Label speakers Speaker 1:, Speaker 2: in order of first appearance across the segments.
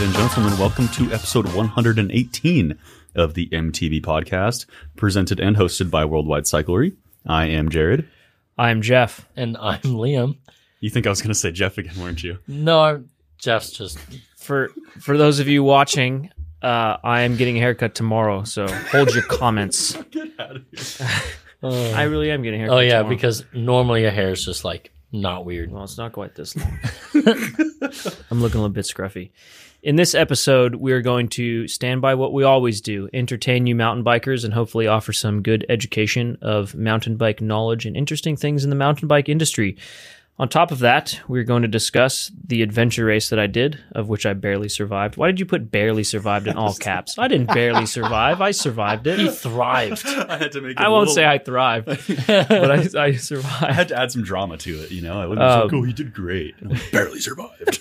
Speaker 1: and gentlemen, welcome to episode 118 of the MTV podcast, presented and hosted by Worldwide Cyclery. I am Jared.
Speaker 2: I'm Jeff.
Speaker 3: And I'm Liam.
Speaker 1: You think I was going to say Jeff again, weren't you?
Speaker 3: No, I'm Jeff's just
Speaker 2: For for those of you watching, uh, I am getting a haircut tomorrow, so hold your comments.
Speaker 1: Get out of here.
Speaker 2: I really am getting a haircut.
Speaker 3: Oh yeah,
Speaker 2: tomorrow.
Speaker 3: because normally a hair is just like not weird.
Speaker 2: well, it's not quite this long. I'm looking a little bit scruffy. In this episode, we are going to stand by what we always do: entertain you mountain bikers, and hopefully offer some good education of mountain bike knowledge and interesting things in the mountain bike industry. On top of that, we're going to discuss the adventure race that I did, of which I barely survived. Why did you put barely survived in all caps? I didn't barely survive. I survived
Speaker 3: He
Speaker 2: it.
Speaker 3: thrived.
Speaker 1: I had to make it
Speaker 2: I
Speaker 1: a
Speaker 2: won't
Speaker 1: little-
Speaker 2: say I thrived, but I, I
Speaker 1: I
Speaker 2: survived.
Speaker 1: had to add some drama to it, you know? I wouldn't be
Speaker 2: Um,
Speaker 1: like, oh, you did great. And I'm like, barely survived.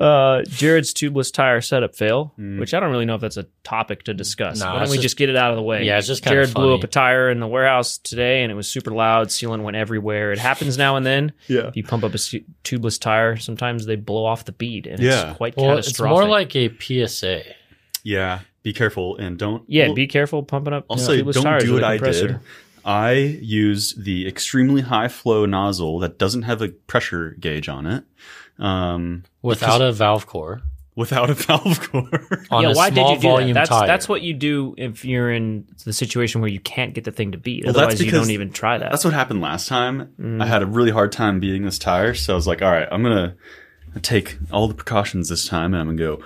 Speaker 2: Uh, Jared's tubeless tire setup fail, which I don't really know if that's a topic to discuss.
Speaker 3: Hmm. Nah,
Speaker 2: Why don't
Speaker 3: it's
Speaker 2: we
Speaker 3: just-
Speaker 2: just get it out of the way?
Speaker 3: Yeah, it's just kinda
Speaker 2: Jared blew
Speaker 3: funny.
Speaker 2: up a tire in the warehouse today, and it was super loud. Sealant went everywhere. It happens now and then.
Speaker 1: yeah.
Speaker 2: If you pump up a su- tubeless tire, sometimes they blow off the bead, and
Speaker 1: Yeah.
Speaker 2: it's quite
Speaker 3: well, it's
Speaker 2: catastrophic.
Speaker 3: more like a PSA.
Speaker 1: Yeah. Be careful and don't.
Speaker 2: yeah,
Speaker 1: well,
Speaker 2: be careful pumping up.
Speaker 1: I'll
Speaker 2: you know,
Speaker 1: say
Speaker 2: tubeless
Speaker 1: don't
Speaker 2: tires
Speaker 1: do
Speaker 2: with
Speaker 1: what
Speaker 2: a
Speaker 1: I
Speaker 2: compressor.
Speaker 1: did. I used the extremely high flow nozzle that doesn't have a pressure gauge on it um,
Speaker 3: Without a valve core
Speaker 1: without a valve core.
Speaker 3: on
Speaker 2: yeah,
Speaker 3: a
Speaker 2: why
Speaker 3: small
Speaker 2: did you do
Speaker 3: volume
Speaker 2: that? That's,
Speaker 3: tire.
Speaker 2: that's what you do if you're in the situation where you can't get the thing to beat.
Speaker 1: Well, that's
Speaker 2: Otherwise, you
Speaker 1: because-
Speaker 2: don't even try that.
Speaker 1: That's what happened last time.
Speaker 2: Mm.
Speaker 1: I had a really hard time beating this tire, so I was like, all right, I'm going to take all the precautions this time and I'm going to go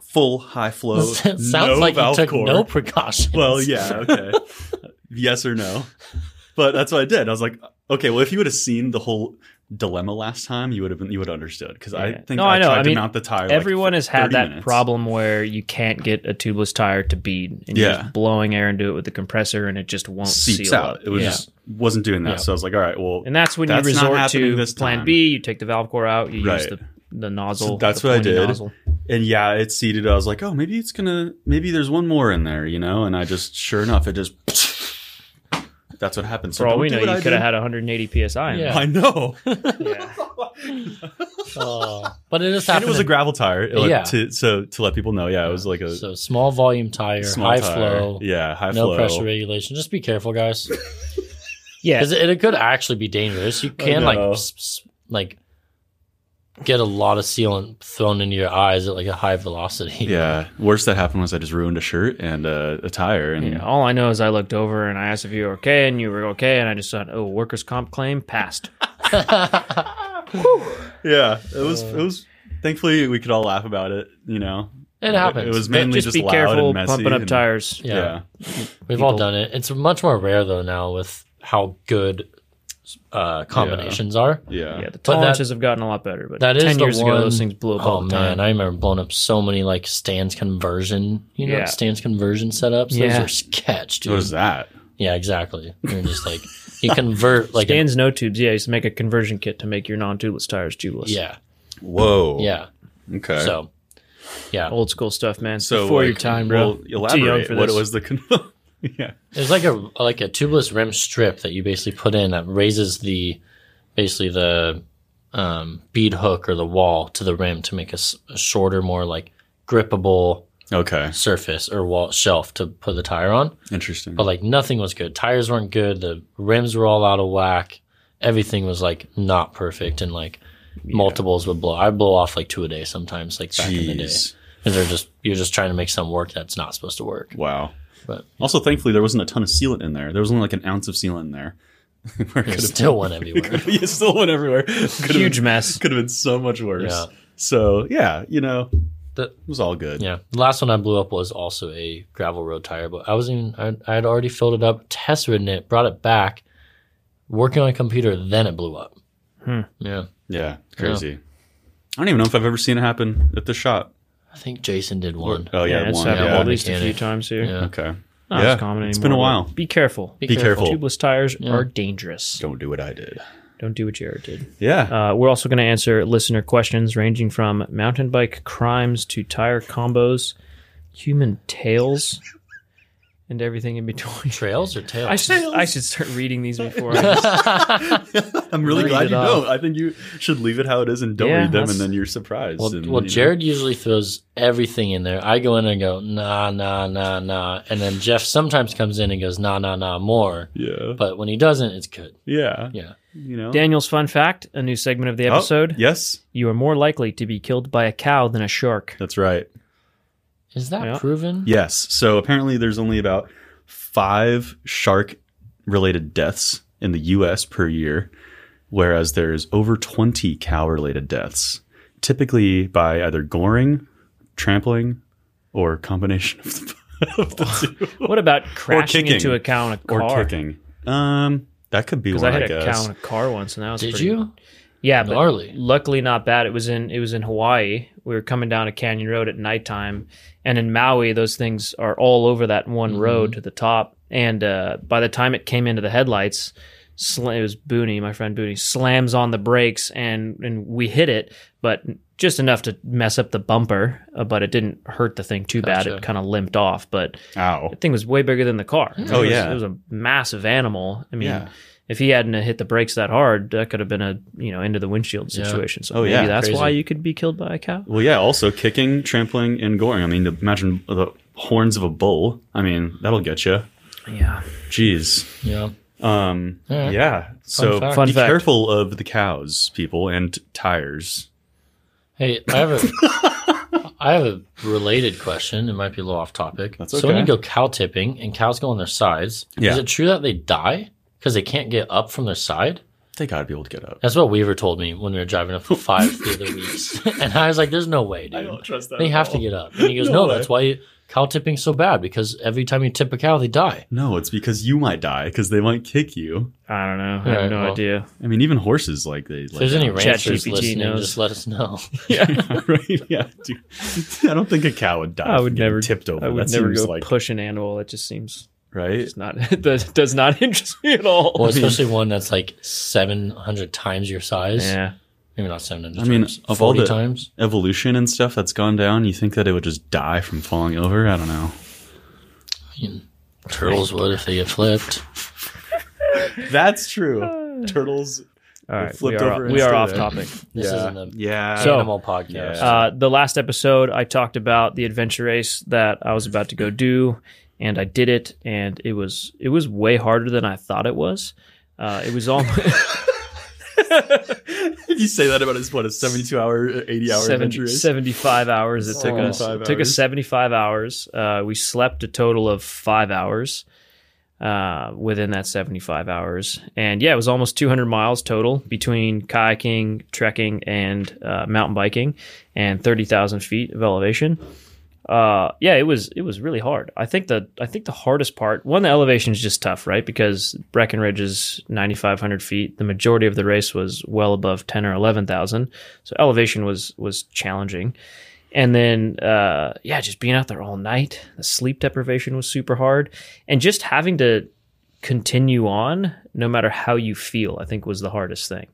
Speaker 1: full high flow.
Speaker 3: sounds
Speaker 1: no
Speaker 3: like you
Speaker 1: valve
Speaker 3: took
Speaker 1: core.
Speaker 3: no precautions.
Speaker 1: Well, yeah, okay. yes or no. But that's what I did. I was like, okay, well, if you would have seen the whole dilemma last time, you would have been, you would have understood because I
Speaker 2: Yeah.
Speaker 1: think
Speaker 2: No,
Speaker 1: I,
Speaker 2: I know.
Speaker 1: tried
Speaker 2: I
Speaker 1: to
Speaker 2: mean,
Speaker 1: mount the tire. like,
Speaker 2: Everyone
Speaker 1: for
Speaker 2: has had
Speaker 1: 30
Speaker 2: that
Speaker 1: minutes.
Speaker 2: problem where you can't get a tubeless tire to bead, and
Speaker 1: Yeah.
Speaker 2: you're just blowing air into it with the compressor, and it just won't
Speaker 1: Seeps
Speaker 2: seal
Speaker 1: out.
Speaker 2: up.
Speaker 1: It was
Speaker 3: Yeah.
Speaker 1: just wasn't doing that.
Speaker 3: Yeah.
Speaker 1: So I was like, all right, well,
Speaker 2: and that's when
Speaker 1: That's
Speaker 2: you
Speaker 1: not
Speaker 2: resort
Speaker 1: happening
Speaker 2: to
Speaker 1: this
Speaker 2: Plan
Speaker 1: time.
Speaker 2: B. You take the valve core out. You
Speaker 1: Right.
Speaker 2: use the the nozzle.
Speaker 1: So that's
Speaker 2: the
Speaker 1: what I
Speaker 2: pointy
Speaker 1: did.
Speaker 2: nozzle.
Speaker 1: and yeah, it seeded. I was like, oh, maybe it's gonna, maybe there's one more in there, you know. And I just, sure enough, it just. That's what happened. So
Speaker 2: For all
Speaker 1: don't
Speaker 2: we
Speaker 1: do
Speaker 2: know,
Speaker 1: what
Speaker 2: you
Speaker 1: I
Speaker 2: could have
Speaker 1: did.
Speaker 2: had 180 psi. in
Speaker 3: Yeah.
Speaker 2: there.
Speaker 1: I know,
Speaker 3: Oh, but it is
Speaker 1: and it
Speaker 3: happening.
Speaker 1: was a gravel tire. like,
Speaker 3: Yeah.
Speaker 1: To, so to let people know, yeah, it was like a
Speaker 3: so small volume tire,
Speaker 1: small
Speaker 3: high
Speaker 1: tire.
Speaker 3: flow,
Speaker 1: Yeah, high
Speaker 3: no
Speaker 1: flow.
Speaker 3: pressure regulation. Just be careful, guys,
Speaker 2: yeah.
Speaker 3: because it, it could actually be dangerous. You can like
Speaker 1: know.
Speaker 3: s- s- like get a lot of sealant thrown into your eyes at like a high velocity.
Speaker 1: Yeah. Worst that happened was I just ruined a shirt and uh, a tire. And
Speaker 2: Yeah, all I know is I looked over and I asked if you were okay, and you were okay, and I just thought, oh, workers' comp claim passed.
Speaker 1: yeah, it was.
Speaker 3: Uh.
Speaker 1: It was. Thankfully, we could all laugh about it. You know,
Speaker 3: It happens.
Speaker 1: It was mainly
Speaker 2: just,
Speaker 1: just,
Speaker 2: be
Speaker 1: loud
Speaker 2: careful
Speaker 1: and messy
Speaker 2: pumping up
Speaker 1: and-
Speaker 2: tires.
Speaker 3: Yeah.
Speaker 1: yeah.
Speaker 3: We've all done it. It's much more rare though now with how good uh, combinations are.
Speaker 1: yeah,
Speaker 2: Yeah, the
Speaker 3: But that-
Speaker 2: tolerances have gotten a lot better, but
Speaker 3: That is
Speaker 2: 10
Speaker 3: the
Speaker 2: years ago,
Speaker 3: one-
Speaker 2: those things blew up all
Speaker 3: Oh
Speaker 2: the time.
Speaker 3: man, I remember blowing up so many like stands conversion, you know,
Speaker 2: Yeah.
Speaker 3: stands conversion setups. Those
Speaker 2: Yeah.
Speaker 3: are sketch, dude.
Speaker 1: What is that?
Speaker 3: Yeah, exactly. You're just like you convert like an,
Speaker 2: Dan's no tubes. Yeah, I used to make a conversion kit to make your non-tubeless tires tubeless.
Speaker 3: yeah,
Speaker 1: Whoa.
Speaker 3: yeah.
Speaker 1: Okay.
Speaker 3: So yeah,
Speaker 2: old school stuff, man.
Speaker 1: So,
Speaker 2: before
Speaker 1: like,
Speaker 2: your time, bro.
Speaker 1: Well, elaborate.
Speaker 2: Too young for
Speaker 1: What
Speaker 2: this.
Speaker 1: was the con- yeah?
Speaker 3: There's like a like a tubeless rim strip that you basically put in that raises the basically the um, bead hook or the wall to the rim to make a, s- a shorter, more like grippable
Speaker 1: Okay.
Speaker 3: surface or wall shelf to put the tire on.
Speaker 1: Interesting.
Speaker 3: But like nothing was good. Tires weren't good. The rims were all out of whack. Everything was like not perfect, and like multiples would blow. I blow off like two a day sometimes, like back in the day,
Speaker 1: Jeez.
Speaker 3: because they're just you're just trying to make some work that's not supposed to work.
Speaker 1: Wow.
Speaker 3: But-
Speaker 1: also, thankfully, there wasn't a ton of sealant in there. There was only like an ounce of sealant in there. Where it
Speaker 3: It
Speaker 1: could've-
Speaker 3: still went everywhere.
Speaker 1: it still went everywhere. Could've
Speaker 2: huge
Speaker 1: been-
Speaker 2: mess.
Speaker 1: Could have been so much worse.
Speaker 3: Yeah.
Speaker 1: So yeah, you know,
Speaker 3: The-
Speaker 1: it was all good.
Speaker 3: Yeah. The last one I blew up was also a gravel road tire, but I was even, I, I had already filled it up, test ridden it, brought it back, working on a computer, then it blew up.
Speaker 2: Hmm.
Speaker 3: Yeah.
Speaker 1: Yeah, crazy. I don't even know if I've ever seen it happen at the shop.
Speaker 3: I think Jason did one.
Speaker 1: Oh yeah,
Speaker 2: yeah, it's
Speaker 1: one.
Speaker 2: happened
Speaker 1: Yeah.
Speaker 2: at least a
Speaker 3: Mechanic.
Speaker 2: few times here.
Speaker 3: Yeah.
Speaker 1: Okay.
Speaker 2: Not
Speaker 1: yeah.
Speaker 2: as common anymore.
Speaker 1: It's been a
Speaker 2: but
Speaker 1: while.
Speaker 2: Be careful.
Speaker 1: Be careful.
Speaker 2: Tubeless tires are dangerous.
Speaker 1: Don't do what I did.
Speaker 2: Don't do what Jared did.
Speaker 1: Yeah.
Speaker 2: Uh, we're also going to answer listener questions ranging from mountain bike crimes to tire combos, human tales, and everything in between.
Speaker 3: Trails or tails?
Speaker 2: I should I should start reading these before. I
Speaker 1: I'm really
Speaker 2: Read
Speaker 1: glad
Speaker 2: it
Speaker 1: you
Speaker 2: off.
Speaker 1: don't. I think you should leave it how it is and don't
Speaker 2: Yeah,
Speaker 1: read them,
Speaker 2: that's-
Speaker 1: and then you're surprised.
Speaker 3: well,
Speaker 1: and,
Speaker 3: well,
Speaker 1: you know.
Speaker 3: Jared usually throws everything in there. I go in and go nah nah nah nah, and then Jeff sometimes comes in and goes nah nah nah more.
Speaker 1: Yeah.
Speaker 3: But when he doesn't, it's good.
Speaker 1: Yeah.
Speaker 3: Yeah.
Speaker 1: You know.
Speaker 2: Daniel's fun fact: a new segment of the
Speaker 1: Oh,
Speaker 2: episode.
Speaker 1: yes,
Speaker 2: You are more likely to be killed by a cow than a shark.
Speaker 1: that's right.
Speaker 3: Is that
Speaker 2: Yeah.
Speaker 3: proven?
Speaker 1: Yes. So apparently, there's only about five shark-related deaths in the U.S. per year, whereas there's over 20 cow-related deaths, typically by either goring, trampling, or combination of the, of the two.
Speaker 2: What about crashing
Speaker 1: kicking.
Speaker 2: into a cow in a
Speaker 1: or
Speaker 2: car?
Speaker 1: kicking. Um, that could be
Speaker 2: Because
Speaker 1: one.
Speaker 2: I
Speaker 1: I,
Speaker 2: hit
Speaker 1: guess.
Speaker 2: a cow in a car once, and that was
Speaker 3: Did
Speaker 2: pretty-
Speaker 3: you?
Speaker 2: Yeah, but
Speaker 3: Gnarly.
Speaker 2: luckily not bad. It was in it was in Hawaii. We were coming down a canyon road at nighttime, and in Maui, those things are all over that one road to the top. And uh, by the time it came into the headlights, sl- it was Booney, my friend Booney, slams on the brakes, and and we hit it, but just enough to mess up the bumper, uh, but it didn't hurt the thing too bad.
Speaker 3: Gotcha.
Speaker 2: It kind of limped off, but
Speaker 1: Ow.
Speaker 2: That thing was way bigger than the car. It
Speaker 1: Oh,
Speaker 2: was-
Speaker 1: yeah.
Speaker 2: it was a massive animal. I mean,
Speaker 1: Yeah.
Speaker 2: if he hadn't hit the brakes that hard, that could have been a you know into the windshield
Speaker 3: Yeah.
Speaker 2: situation. So
Speaker 1: Oh,
Speaker 2: maybe
Speaker 1: yeah,
Speaker 2: that's
Speaker 3: crazy.
Speaker 2: why you could be killed by a cow.
Speaker 1: Well, yeah. Also, kicking, trampling, and goring. I mean, imagine the horns of a bull. I mean, that'll get you.
Speaker 2: Yeah,
Speaker 1: Jeez.
Speaker 3: Yeah.
Speaker 1: Um.
Speaker 3: All right.
Speaker 1: Yeah. So
Speaker 3: fact.
Speaker 2: Fun
Speaker 1: be
Speaker 2: fact.
Speaker 1: careful of the cows, people, and tires.
Speaker 3: Hey, I have a I have a related question. It might be a little off topic.
Speaker 1: That's
Speaker 3: So when you
Speaker 1: okay.
Speaker 3: go cow tipping and cows go on their sides,
Speaker 1: Yeah.
Speaker 3: is it true that they die because they can't get up from their side?
Speaker 1: They gotta be able to get up.
Speaker 3: That's what Weaver told me when we were driving up to five the other weeks, and I was like, "There's no way, dude.
Speaker 1: trust that.
Speaker 3: They have to get up." And he goes,
Speaker 1: No
Speaker 3: "No,
Speaker 1: way."
Speaker 3: that's why cow tipping's so bad because every time you tip a cow, they die."
Speaker 1: No, it's because you might die because they might kick you.
Speaker 2: I don't know. I
Speaker 3: All
Speaker 2: have
Speaker 3: right,
Speaker 2: no
Speaker 3: well.
Speaker 2: idea.
Speaker 1: I mean, even horses like they.
Speaker 3: If
Speaker 1: Like,
Speaker 3: there's any
Speaker 2: Chat
Speaker 3: ranchers
Speaker 2: GPT
Speaker 3: listening,
Speaker 2: knows.
Speaker 3: just let us know.
Speaker 1: yeah, right. Yeah, dude. I don't think a cow would die.
Speaker 2: I
Speaker 1: from
Speaker 2: would
Speaker 1: getting
Speaker 2: never
Speaker 1: tipped over.
Speaker 2: I would
Speaker 1: that
Speaker 2: never
Speaker 1: seems
Speaker 2: go
Speaker 1: like
Speaker 2: push an animal. It just seems
Speaker 1: right.
Speaker 2: it's not that does not interest me at all.
Speaker 3: Well, especially one that's like 700 times your size.
Speaker 2: yeah,
Speaker 3: Maybe not 700
Speaker 1: I mean,
Speaker 3: times.
Speaker 1: of all
Speaker 3: 40
Speaker 1: the-
Speaker 3: times.
Speaker 1: Evolution and stuff that's gone down. You think that it would just die from falling over? I don't know.
Speaker 3: I mean, turtles would if they get flipped.
Speaker 1: That's true. Turtles.
Speaker 2: all right. We
Speaker 1: flipped
Speaker 2: are,
Speaker 1: over
Speaker 2: we are
Speaker 1: instead
Speaker 2: off
Speaker 1: of-
Speaker 2: topic.
Speaker 3: This
Speaker 1: yeah.
Speaker 3: isn't a
Speaker 1: yeah.
Speaker 2: So-
Speaker 3: animal podcast.
Speaker 1: Yeah.
Speaker 2: Uh, the last episode, I talked about the adventure race that I was about to go do, and I did it, and it was it was way harder than I thought it was. Uh, it was all
Speaker 1: you say that about his what a seventy-two hour, eighty-hour
Speaker 2: 70 75 hours it took us.
Speaker 1: 75
Speaker 2: It took us
Speaker 1: hours.
Speaker 2: 75 hours. Uh, we slept a total of five hours uh, within that 75 hours. And yeah, it was almost 200 miles total between kayaking, trekking, and uh, mountain biking, and 30,000 feet of elevation. Uh, yeah, it was it was really hard. I think the I think the hardest part one the elevation is just tough, right? Because Breckenridge is 9,500 feet. The majority of the race was well above 10 or 11,000, so elevation was was challenging. And then uh, yeah, just being out there all night. The sleep deprivation was super hard, and just having to continue on no matter how you feel. I think was the hardest thing.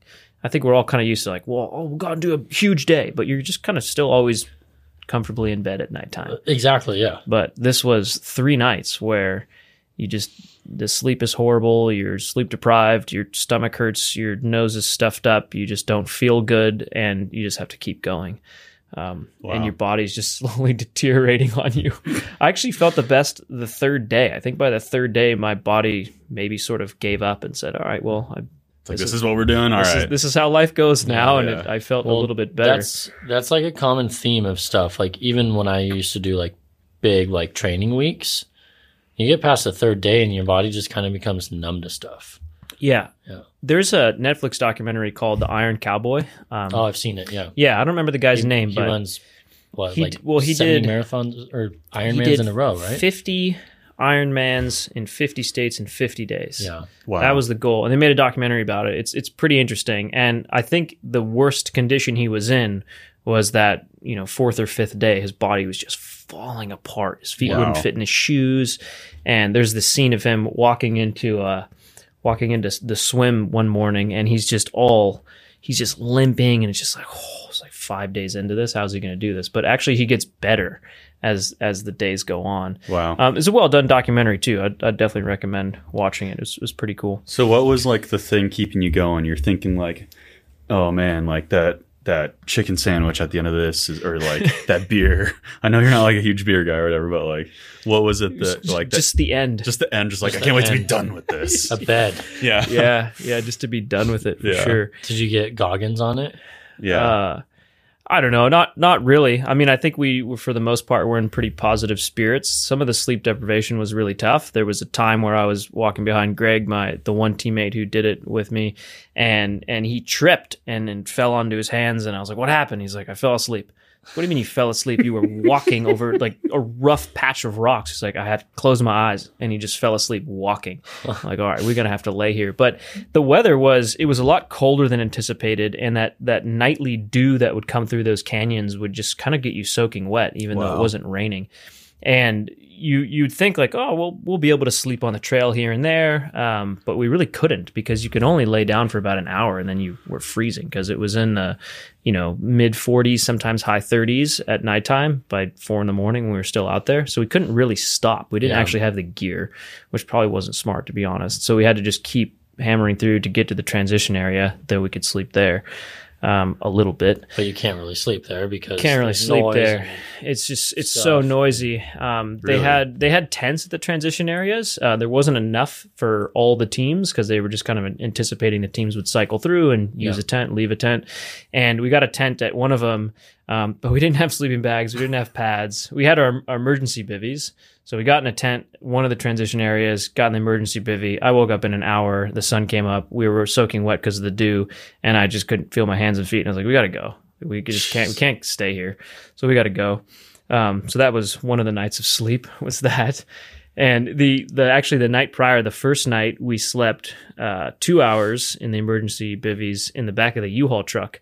Speaker 2: I think we're all kind of used to like, well, oh, we'll go out and do a huge day, but you're just kind of still always comfortably in bed at nighttime
Speaker 3: Exactly, yeah.
Speaker 2: but this was three nights where you just the sleep is horrible you're sleep deprived your stomach hurts your nose is stuffed up you just don't feel good and you just have to keep going um,
Speaker 1: Wow.
Speaker 2: and your body's just slowly deteriorating on you i actually felt the best the third day i think by the third day my body maybe sort of gave up and said all right well I,
Speaker 1: like
Speaker 2: This
Speaker 1: this is what we're doing. All right.
Speaker 2: this, is, this is how life goes now and it,
Speaker 1: yeah.
Speaker 2: i felt a
Speaker 3: Well,
Speaker 2: little bit better
Speaker 3: That's that's like a common theme of stuff. Like even when I used to do like big like training weeks, you get past the third day and your body just kind of becomes numb to stuff.
Speaker 2: yeah.
Speaker 3: Yeah.
Speaker 2: there's a netflix documentary called the iron cowboy um,
Speaker 3: Oh, I've seen it. Yeah,
Speaker 2: Yeah, I don't remember the guy's
Speaker 3: He-
Speaker 2: name,
Speaker 3: He
Speaker 2: but
Speaker 3: runs what
Speaker 2: he
Speaker 3: like
Speaker 2: d- well, he
Speaker 3: 70
Speaker 2: did-
Speaker 3: marathons or
Speaker 2: he
Speaker 3: Ironmans
Speaker 2: did
Speaker 3: in a row, right?
Speaker 2: Fifty Ironmans in fifty states in fifty days.
Speaker 3: Yeah,
Speaker 1: wow.
Speaker 2: That was the goal, and they made a documentary about it. It's it's pretty interesting, and I think the worst condition he was in was that you know fourth or fifth day, his body was just falling apart. His feet
Speaker 1: Wow.
Speaker 2: wouldn't fit in his shoes, and there's this scene of him walking into uh walking into s- the swim one morning, and he's just all he's just limping, and it's just like oh, was like five days into this. How's he going to do this? But actually, he gets better as as the days go on.
Speaker 1: Wow.
Speaker 2: Um, it's a well done documentary too. I'd, I'd definitely recommend watching it. It was, it was pretty cool.
Speaker 1: So what was like the thing keeping you going? You're thinking like, oh man, like that that chicken sandwich at the end of this is, or like that beer. I know you're not like a huge beer guy or whatever, but like what was it that like that, just,
Speaker 2: just the end.
Speaker 1: the end, just like
Speaker 3: Just
Speaker 1: I can't
Speaker 3: the
Speaker 1: wait to be
Speaker 3: end.
Speaker 1: done with this.
Speaker 3: A bed.
Speaker 1: yeah.
Speaker 2: yeah, yeah, just to be done with it for
Speaker 1: Yeah.
Speaker 2: sure.
Speaker 3: Did you get Goggins on it?
Speaker 1: Yeah.
Speaker 2: Uh, I don't know. Not not really. I mean, I think we were, for the most part were in pretty positive spirits. Some of the sleep deprivation was really tough. There was a time where I was walking behind Greg, my the one teammate who did it with me, and and he tripped and, and fell onto his hands, and I was like, "What happened?" He's like, "I fell asleep." What do you mean you fell asleep? You were walking over like a rough patch of rocks. He's like, I had closed my eyes and he just fell asleep walking. I'm like, all right, we're gonna have to lay here. But the weather was it was a lot colder than anticipated, and that that nightly dew that would come through those canyons would just kind of get you soaking wet, even though it
Speaker 1: Wow.
Speaker 2: wasn't raining. And you you'd think like, oh, well, we'll be able to sleep on the trail here and there, um, but we really couldn't because you could only lay down for about an hour, and then you were freezing because it was in the you know, mid 40s, sometimes high 30s at nighttime by four in the morning when we were still out there. So we couldn't really stop. We didn't
Speaker 3: Yeah.
Speaker 2: actually have the gear, which probably wasn't smart, to be honest. So we had to just keep hammering through to get to the transition area. Then we could sleep there um, a little bit.
Speaker 3: But you can't really sleep there because
Speaker 2: Can't really
Speaker 3: there's
Speaker 2: sleep
Speaker 3: noise
Speaker 2: there.
Speaker 3: and-
Speaker 2: It's just it's
Speaker 3: stuff.
Speaker 2: so noisy. Um, They
Speaker 1: Really?
Speaker 2: had they had tents at the transition areas. Uh, there wasn't enough for all the teams because they were just kind of anticipating the teams would cycle through and use
Speaker 3: Yeah.
Speaker 2: a tent, leave a tent, and we got a tent at one of them. Um, but we didn't have sleeping bags. We didn't have pads. We had our, our emergency bivvies. So we got in a tent, one of the transition areas, got in the emergency bivvy. I woke up in an hour. The sun came up. We were soaking wet because of the dew, and I just couldn't feel my hands and feet. And I was like, we got to go. We just can't. We can't stay here. So we got to go. Um, so that was one of the nights of sleep. Was that? And the the actually the night prior, the first night we slept uh, two hours in the emergency bivvies in the back of the U-Haul truck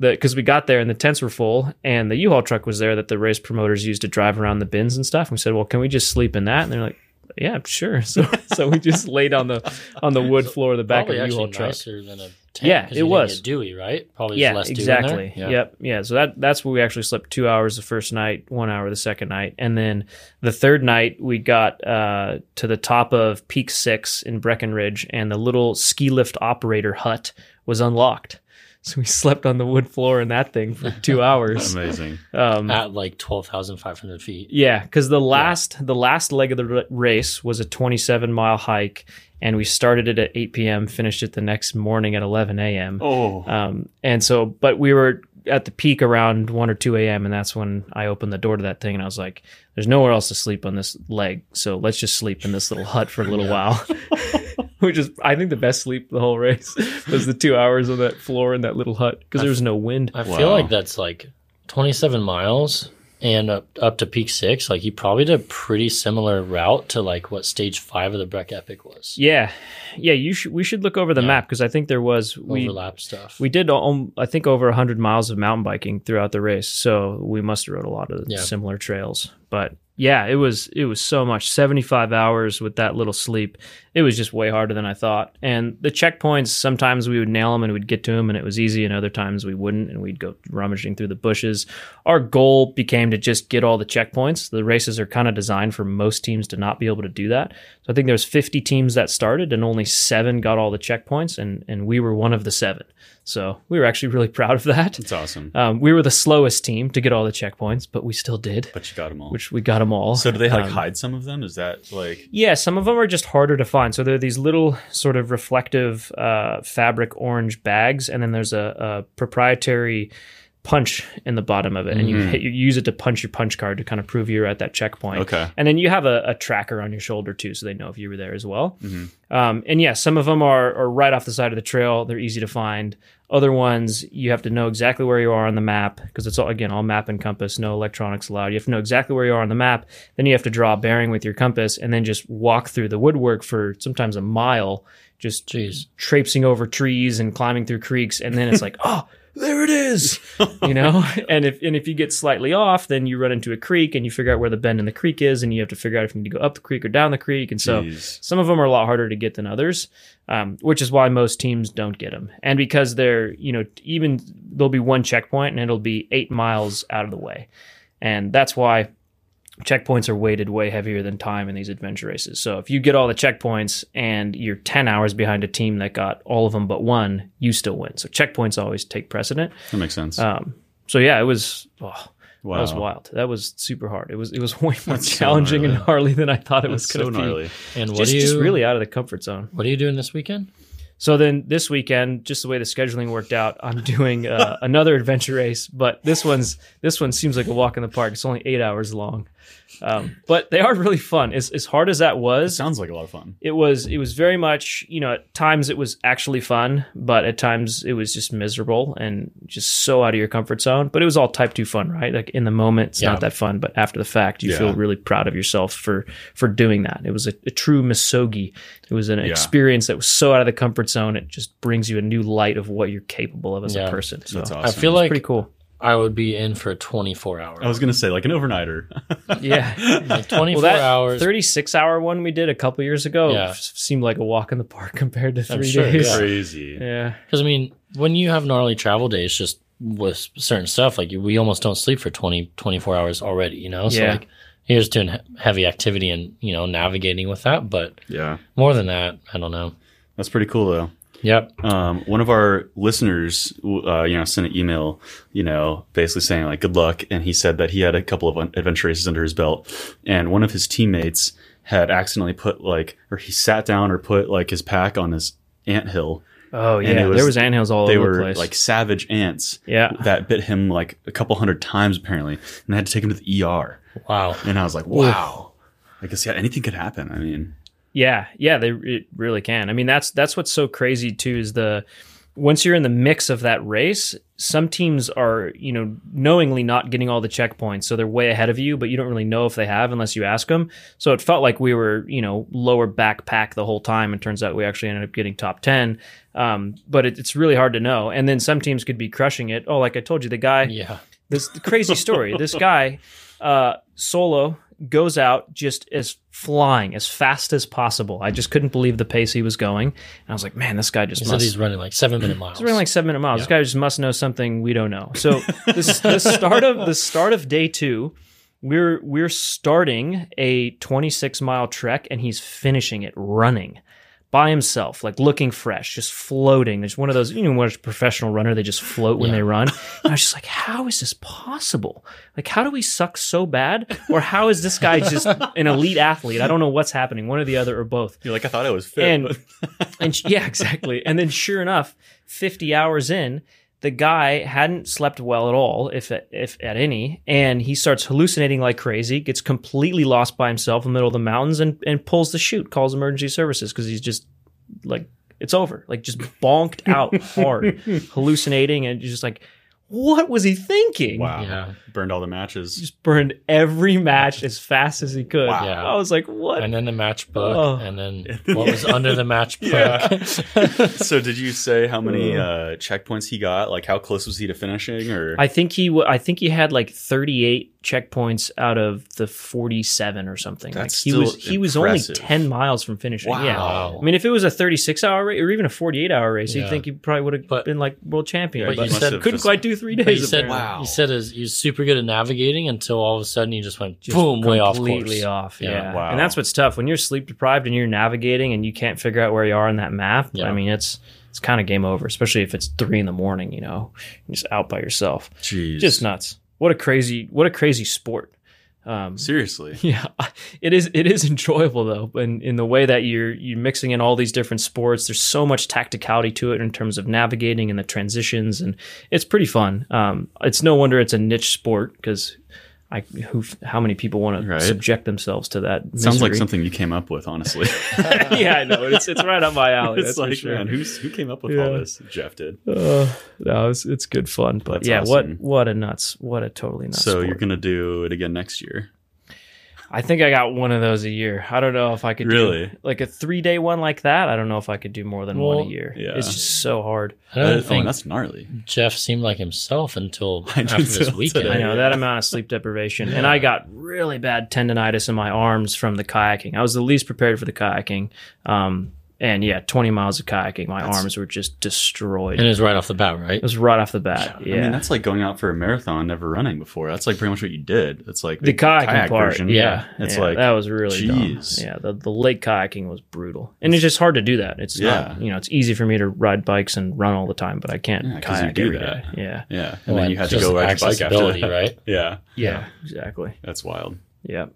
Speaker 2: because we got there and the tents were full and the U-Haul truck was there that the race promoters used to drive around the bins and stuff. And we said, well, can we just sleep in that? And they're like, yeah, sure. So so we just laid on the on the wood floor of the back
Speaker 3: Probably
Speaker 2: of the U-Haul
Speaker 3: actually
Speaker 2: truck.
Speaker 3: nicer than a tent.
Speaker 2: Yeah,
Speaker 3: 'cause
Speaker 2: it
Speaker 3: you didn't
Speaker 2: was.
Speaker 3: get dewy, right? Probably
Speaker 2: Yeah,
Speaker 3: less
Speaker 2: exactly.
Speaker 3: Dew in there.
Speaker 2: Yep, yeah. So that that's where we actually slept two hours the first night, one hour the second night, and then the third night we got uh, to the top of Peak Six in Breckenridge, and the little ski lift operator hut was unlocked. So we slept on the wood floor in that thing for two hours.
Speaker 1: Amazing.
Speaker 2: Um,
Speaker 3: At like twelve thousand five hundred feet.
Speaker 2: yeah, because the last the last leg of the r- race was a 27 mile hike, and we started it at 8 p.m., finished it the next morning at 11 a.m.
Speaker 1: Oh.
Speaker 2: Um, and so, but we were at the peak around 1 or 2 a.m., and that's when I opened the door to that thing, and I was like, there's nowhere else to sleep on this leg, so let's just sleep in this little hut for a little while. Which is, I think, the best sleep the whole race was the two hours on that floor in that little hut because there was no wind.
Speaker 3: I
Speaker 1: Wow.
Speaker 3: feel like that's like twenty seven miles and up up to peak six. Like he probably did a pretty similar route to like what stage five of the Breck Epic was.
Speaker 2: Yeah, yeah, you should. We should look over the
Speaker 3: Yeah.
Speaker 2: map because I think there was we
Speaker 3: Overlap stuff.
Speaker 2: We did, um, I think, over 100 miles of mountain biking throughout the race, so we must have rode a lot of
Speaker 3: Yeah.
Speaker 2: similar trails. But yeah, it was it was so much 75 hours with that little sleep. It was just way harder than I thought. And the checkpoints, sometimes we would nail them and we'd get to them, and it was easy, and other times we wouldn't, and we'd go rummaging through the bushes. Our goal became to just get all the checkpoints. The races are kind of designed for most teams to not be able to do that. So I think there was 50 teams that started, and only seven got all the checkpoints, and and we were one of the seven. So we were actually really proud of that.
Speaker 1: That's awesome.
Speaker 2: Um, we were the slowest team to get all the checkpoints, but we still did,
Speaker 1: But you got them all.
Speaker 2: which we got them all.
Speaker 1: so do they like
Speaker 2: Um,
Speaker 1: hide some of them? Is that like
Speaker 2: Yeah, some of them are just harder to find. So there are these little sort of reflective uh, fabric orange bags, and then there's a, a proprietary punch in the bottom of it, and you
Speaker 1: Mhm.
Speaker 2: hit, you use it to punch your punch card to kind of prove you're at that checkpoint.
Speaker 1: okay?
Speaker 2: And then you have a, a tracker on your shoulder too, so they know if you were there as well.
Speaker 1: Mhm.
Speaker 2: Um, and yeah, some of them are, are right off the side of the trail. They're easy to find. Other ones, you have to know exactly where you are on the map because it's all, again, all map and compass, no electronics allowed. You have to know exactly where you are on the map. Then you have to draw a bearing with your compass and then just walk through the woodwork for sometimes a mile, just
Speaker 3: Jeez.
Speaker 2: traipsing over trees and climbing through creeks. And then it's like, oh, there it is, you know. and if and if you get slightly off, then you run into a creek and you figure out where the bend in the creek is, and you have to figure out if you need to go up the creek or down the creek. And so
Speaker 1: Jeez.
Speaker 2: some of them are a lot harder to get than others, um, which is why most teams don't get them. And because they're, you know, even there'll be one checkpoint and it'll be eight miles out of the way. And that's why checkpoints are weighted way heavier than time in these adventure races. So if you get all the checkpoints and you're 10 hours behind a team that got all of them but one, you still win. So checkpoints always take precedent.
Speaker 1: that makes sense.
Speaker 2: Um, so yeah, it was. Oh,
Speaker 1: wow,
Speaker 2: That was wild. That was super hard. It was it was way more
Speaker 1: That's so
Speaker 2: challenging and
Speaker 1: gnarly.
Speaker 2: gnarly than I thought it
Speaker 1: That's
Speaker 2: was
Speaker 1: so
Speaker 2: going to be
Speaker 1: gnarly.
Speaker 3: And what
Speaker 2: just,
Speaker 3: do you
Speaker 2: just really out of the comfort zone.
Speaker 3: What are you doing this weekend?
Speaker 2: So then this weekend, just the way the scheduling worked out, I'm doing uh, another adventure race, but this one's this one seems like a walk in the park. It's only eight hours long, um, but they are really fun. As, as hard as that was,
Speaker 1: Sounds like a lot of fun.
Speaker 2: it was it was very much you know at times it was actually fun, but at times it was just miserable and just so out of your comfort zone. But it was all type two fun, right? Like in the moment, it's
Speaker 3: Yeah.
Speaker 2: not that fun, but after the fact, you
Speaker 1: Yeah.
Speaker 2: feel really proud of yourself for for doing that. It was a, a true misogi. It was an
Speaker 1: Yeah.
Speaker 2: experience that was so out of the comfort zone. It just brings you a new light of what you're capable of as
Speaker 3: Yeah.
Speaker 2: a person. So
Speaker 1: That's
Speaker 2: it's
Speaker 1: awesome.
Speaker 3: I feel like
Speaker 2: pretty cool.
Speaker 3: I would be in for a 24 hour.
Speaker 1: I was gonna say like an overnighter.
Speaker 2: Yeah.
Speaker 3: like 24
Speaker 2: Well, that
Speaker 3: hours.
Speaker 2: 36 hour one we did a couple years ago
Speaker 3: Yeah.
Speaker 2: f- seemed like a walk in the park compared to
Speaker 3: I'm
Speaker 2: three
Speaker 3: sure,
Speaker 2: days.
Speaker 3: yeah.
Speaker 1: Crazy.
Speaker 2: yeah.
Speaker 3: Because I mean, when you have gnarly travel days, just with certain stuff, like we almost don't sleep for 20, 24 hours already, you know? So
Speaker 2: Yeah.
Speaker 3: like, you're just doing he- heavy activity and, you know, navigating with that. But
Speaker 1: Yeah,
Speaker 3: more than that, I don't know.
Speaker 1: that's pretty cool though.
Speaker 3: Yep.
Speaker 1: um, one of our listeners, uh, you know, sent an email, you know, basically saying like good luck, and he said that he had a couple of un- adventure races under his belt, and one of his teammates had accidentally put like, or he sat down or put like his pack on his ant hill.
Speaker 2: Oh
Speaker 1: And
Speaker 2: yeah,
Speaker 1: it was-
Speaker 2: there was anthills all
Speaker 1: they
Speaker 2: over
Speaker 1: were
Speaker 2: the place.
Speaker 1: like savage ants
Speaker 2: yeah,
Speaker 1: that bit him like a couple hundred times apparently, and I had to take him to the ER.
Speaker 3: Wow.
Speaker 1: And I was like, wow, I guess yeah, anything could happen. I mean,
Speaker 2: yeah, yeah. They it really can. I mean, that's that's what's so crazy too is the once you're in the mix of that race, some teams are you know knowingly not getting all the checkpoints, so they're way ahead of you, but you don't really know if they have unless you ask them. So it felt like we were you know lower backpack the whole time, and turns out we actually ended up getting top ten. Um, but it, it's really hard to know. And then some teams could be crushing it. Oh, like I told you, the guy
Speaker 3: Yeah.
Speaker 2: this crazy story. this guy, uh, solo, goes out just as flying as fast as possible. I just couldn't believe the pace he was going, and I was like, man, this guy just
Speaker 3: He
Speaker 2: must.
Speaker 3: said he's running like seven minute miles.
Speaker 2: It's running like seven minute miles. This guy just must know something we don't know. So this the start of the start of day two, we're we're starting a 26 mile trek and he's finishing it running by himself, like looking fresh, just floating. There's one of those, you know, when it's a professional runner, they just float when
Speaker 3: Yeah.
Speaker 2: they run. And I was just like, how is this possible? Like, how do we suck so bad? Or how is this guy just an elite athlete? I don't know what's happening, one or the other or both.
Speaker 1: you're like, I thought I was fit.
Speaker 2: And- And sh- yeah, exactly. And then sure enough, 50 hours in, the guy hadn't slept well at all, if at, if at any, and he starts hallucinating like crazy, gets completely lost by himself in the middle of the mountains and, and pulls the chute, calls emergency services because he's just like, it's over, like just bonked out hard, hallucinating, and you're just like, what was he thinking?
Speaker 1: wow,
Speaker 3: Yeah.
Speaker 1: burned all the matches.
Speaker 2: Just burned every match as fast as he could.
Speaker 1: Wow.
Speaker 3: Yeah.
Speaker 2: I was like, what?
Speaker 3: And then the match book,
Speaker 2: Oh.
Speaker 3: and then what was under the match book.
Speaker 1: so did you say how many uh, checkpoints he got? Like how close was he to finishing? Or
Speaker 2: I think he wa I think he had like 38 checkpoints out of the 47 or something. like
Speaker 1: That's
Speaker 2: he
Speaker 1: still
Speaker 2: was he was only
Speaker 1: impressive.
Speaker 2: 10 miles from finishing. Yeah.
Speaker 3: Wow.
Speaker 2: I mean, if it was a 36 hour race or even a 48 hour race,
Speaker 3: Yeah.
Speaker 2: you'd think he probably would have
Speaker 3: But-
Speaker 2: been like world champion.
Speaker 3: but
Speaker 2: But,
Speaker 3: you
Speaker 1: must
Speaker 3: said-
Speaker 1: have
Speaker 2: couldn't
Speaker 1: just-
Speaker 2: quite do three
Speaker 3: But
Speaker 2: days.
Speaker 3: you said,
Speaker 2: apparently.
Speaker 1: Wow.
Speaker 3: you said is he's super good at navigating until all of a sudden you just went
Speaker 2: Just
Speaker 3: boom way off
Speaker 2: completely
Speaker 3: course.
Speaker 2: off.
Speaker 3: Yeah.
Speaker 2: Yeah.
Speaker 1: Wow.
Speaker 2: And that's what's tough when you're sleep deprived and you're navigating and you can't figure out where you are on that map.
Speaker 3: Yeah.
Speaker 2: I mean, it's it's kind of game over, especially if it's three in the morning. You know, you're just out by yourself.
Speaker 1: Jeez,
Speaker 2: Just nuts. What a crazy what a crazy sport. Um,
Speaker 1: seriously.
Speaker 2: yeah, it is. It is enjoyable though, and in the way that you're you're mixing in all these different sports. There's so much tacticality to it in terms of navigating and the transitions, and it's pretty fun. Um, it's no wonder it's a niche sport because I who how many people want
Speaker 1: Right.
Speaker 2: to subject themselves to that?
Speaker 1: Sounds like
Speaker 2: misery?
Speaker 1: something you came up with, honestly.
Speaker 2: yeah, I know. It's it's right up my alley.
Speaker 1: it's
Speaker 2: Oh, that's for
Speaker 1: like,
Speaker 2: sure.
Speaker 1: man, who's, who came up with all
Speaker 2: Yeah.
Speaker 1: this? Jeff did.
Speaker 2: Uh, no, it's it's good fun, but
Speaker 1: That's
Speaker 2: yeah,
Speaker 1: awesome.
Speaker 2: what what a nuts, what a totally nuts.
Speaker 1: so
Speaker 2: sport.
Speaker 1: you're gonna do it again next year.
Speaker 2: I think I got one of those a year. I don't know if I could do-
Speaker 1: Really?
Speaker 2: like a three day one like that. I don't know if I could do more than one
Speaker 3: Well,
Speaker 2: a year.
Speaker 1: yeah.
Speaker 2: It's just so hard.
Speaker 3: I don't
Speaker 1: That- oh,
Speaker 3: think
Speaker 1: that's gnarly.
Speaker 3: Jeff seemed like himself until
Speaker 1: I did
Speaker 3: after this
Speaker 1: until
Speaker 3: weekend.
Speaker 1: today.
Speaker 2: I know that amount of sleep deprivation, and I got really bad tendonitis in my arms from the kayaking. I was the least prepared for the kayaking, um, and yeah, twenty miles of kayaking, my arms were just destroyed.
Speaker 3: And
Speaker 2: It
Speaker 3: it's right off the bat, right?
Speaker 2: was right off the bat. Yeah,
Speaker 1: I mean, that's like going out for a marathon, never running before. That's like pretty much what you did. It's like
Speaker 2: the kayaking part. Yeah,
Speaker 1: It's
Speaker 2: yeah,
Speaker 1: like,
Speaker 2: that was really dumb.
Speaker 1: jeez.
Speaker 2: Yeah, the, the lake kayaking was brutal, and it's just hard to do that. It's
Speaker 1: Yeah.
Speaker 2: not you know it's easy for me to ride bikes and run all the time, but I can't
Speaker 1: Yeah, 'cause you
Speaker 2: kayak
Speaker 1: do
Speaker 2: every day.
Speaker 1: that.
Speaker 2: Yeah.
Speaker 1: yeah. And
Speaker 3: Well,
Speaker 1: then you had to
Speaker 3: just
Speaker 1: go ride your bike after
Speaker 3: accessibility,
Speaker 1: that.
Speaker 3: right?
Speaker 1: Yeah.
Speaker 2: yeah, exactly.
Speaker 1: That's wild.
Speaker 2: Yeah,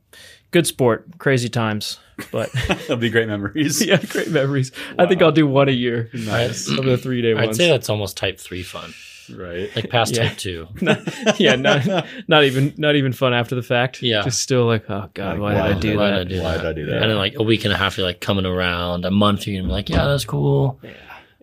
Speaker 2: good sport, crazy times, but.
Speaker 1: That'll be great memories.
Speaker 2: yeah, great memories. I think I'll do one a year
Speaker 1: Nice.
Speaker 2: of the three day
Speaker 3: I'd
Speaker 2: ones.
Speaker 3: say that's almost type three fun,
Speaker 1: right.
Speaker 3: like past
Speaker 2: Yeah.
Speaker 3: type two.
Speaker 2: yeah, not, not even not even fun after the fact.
Speaker 3: Yeah.
Speaker 2: just still like, oh god,
Speaker 1: Like,
Speaker 2: why
Speaker 1: why-
Speaker 2: did I do
Speaker 3: why
Speaker 2: that?
Speaker 3: did I do
Speaker 1: Why
Speaker 3: that?
Speaker 1: did I do
Speaker 3: And
Speaker 2: uh,
Speaker 1: that?
Speaker 3: then like a week and a half, you're like coming around. A month, you're gonna be like, yeah, that's cool.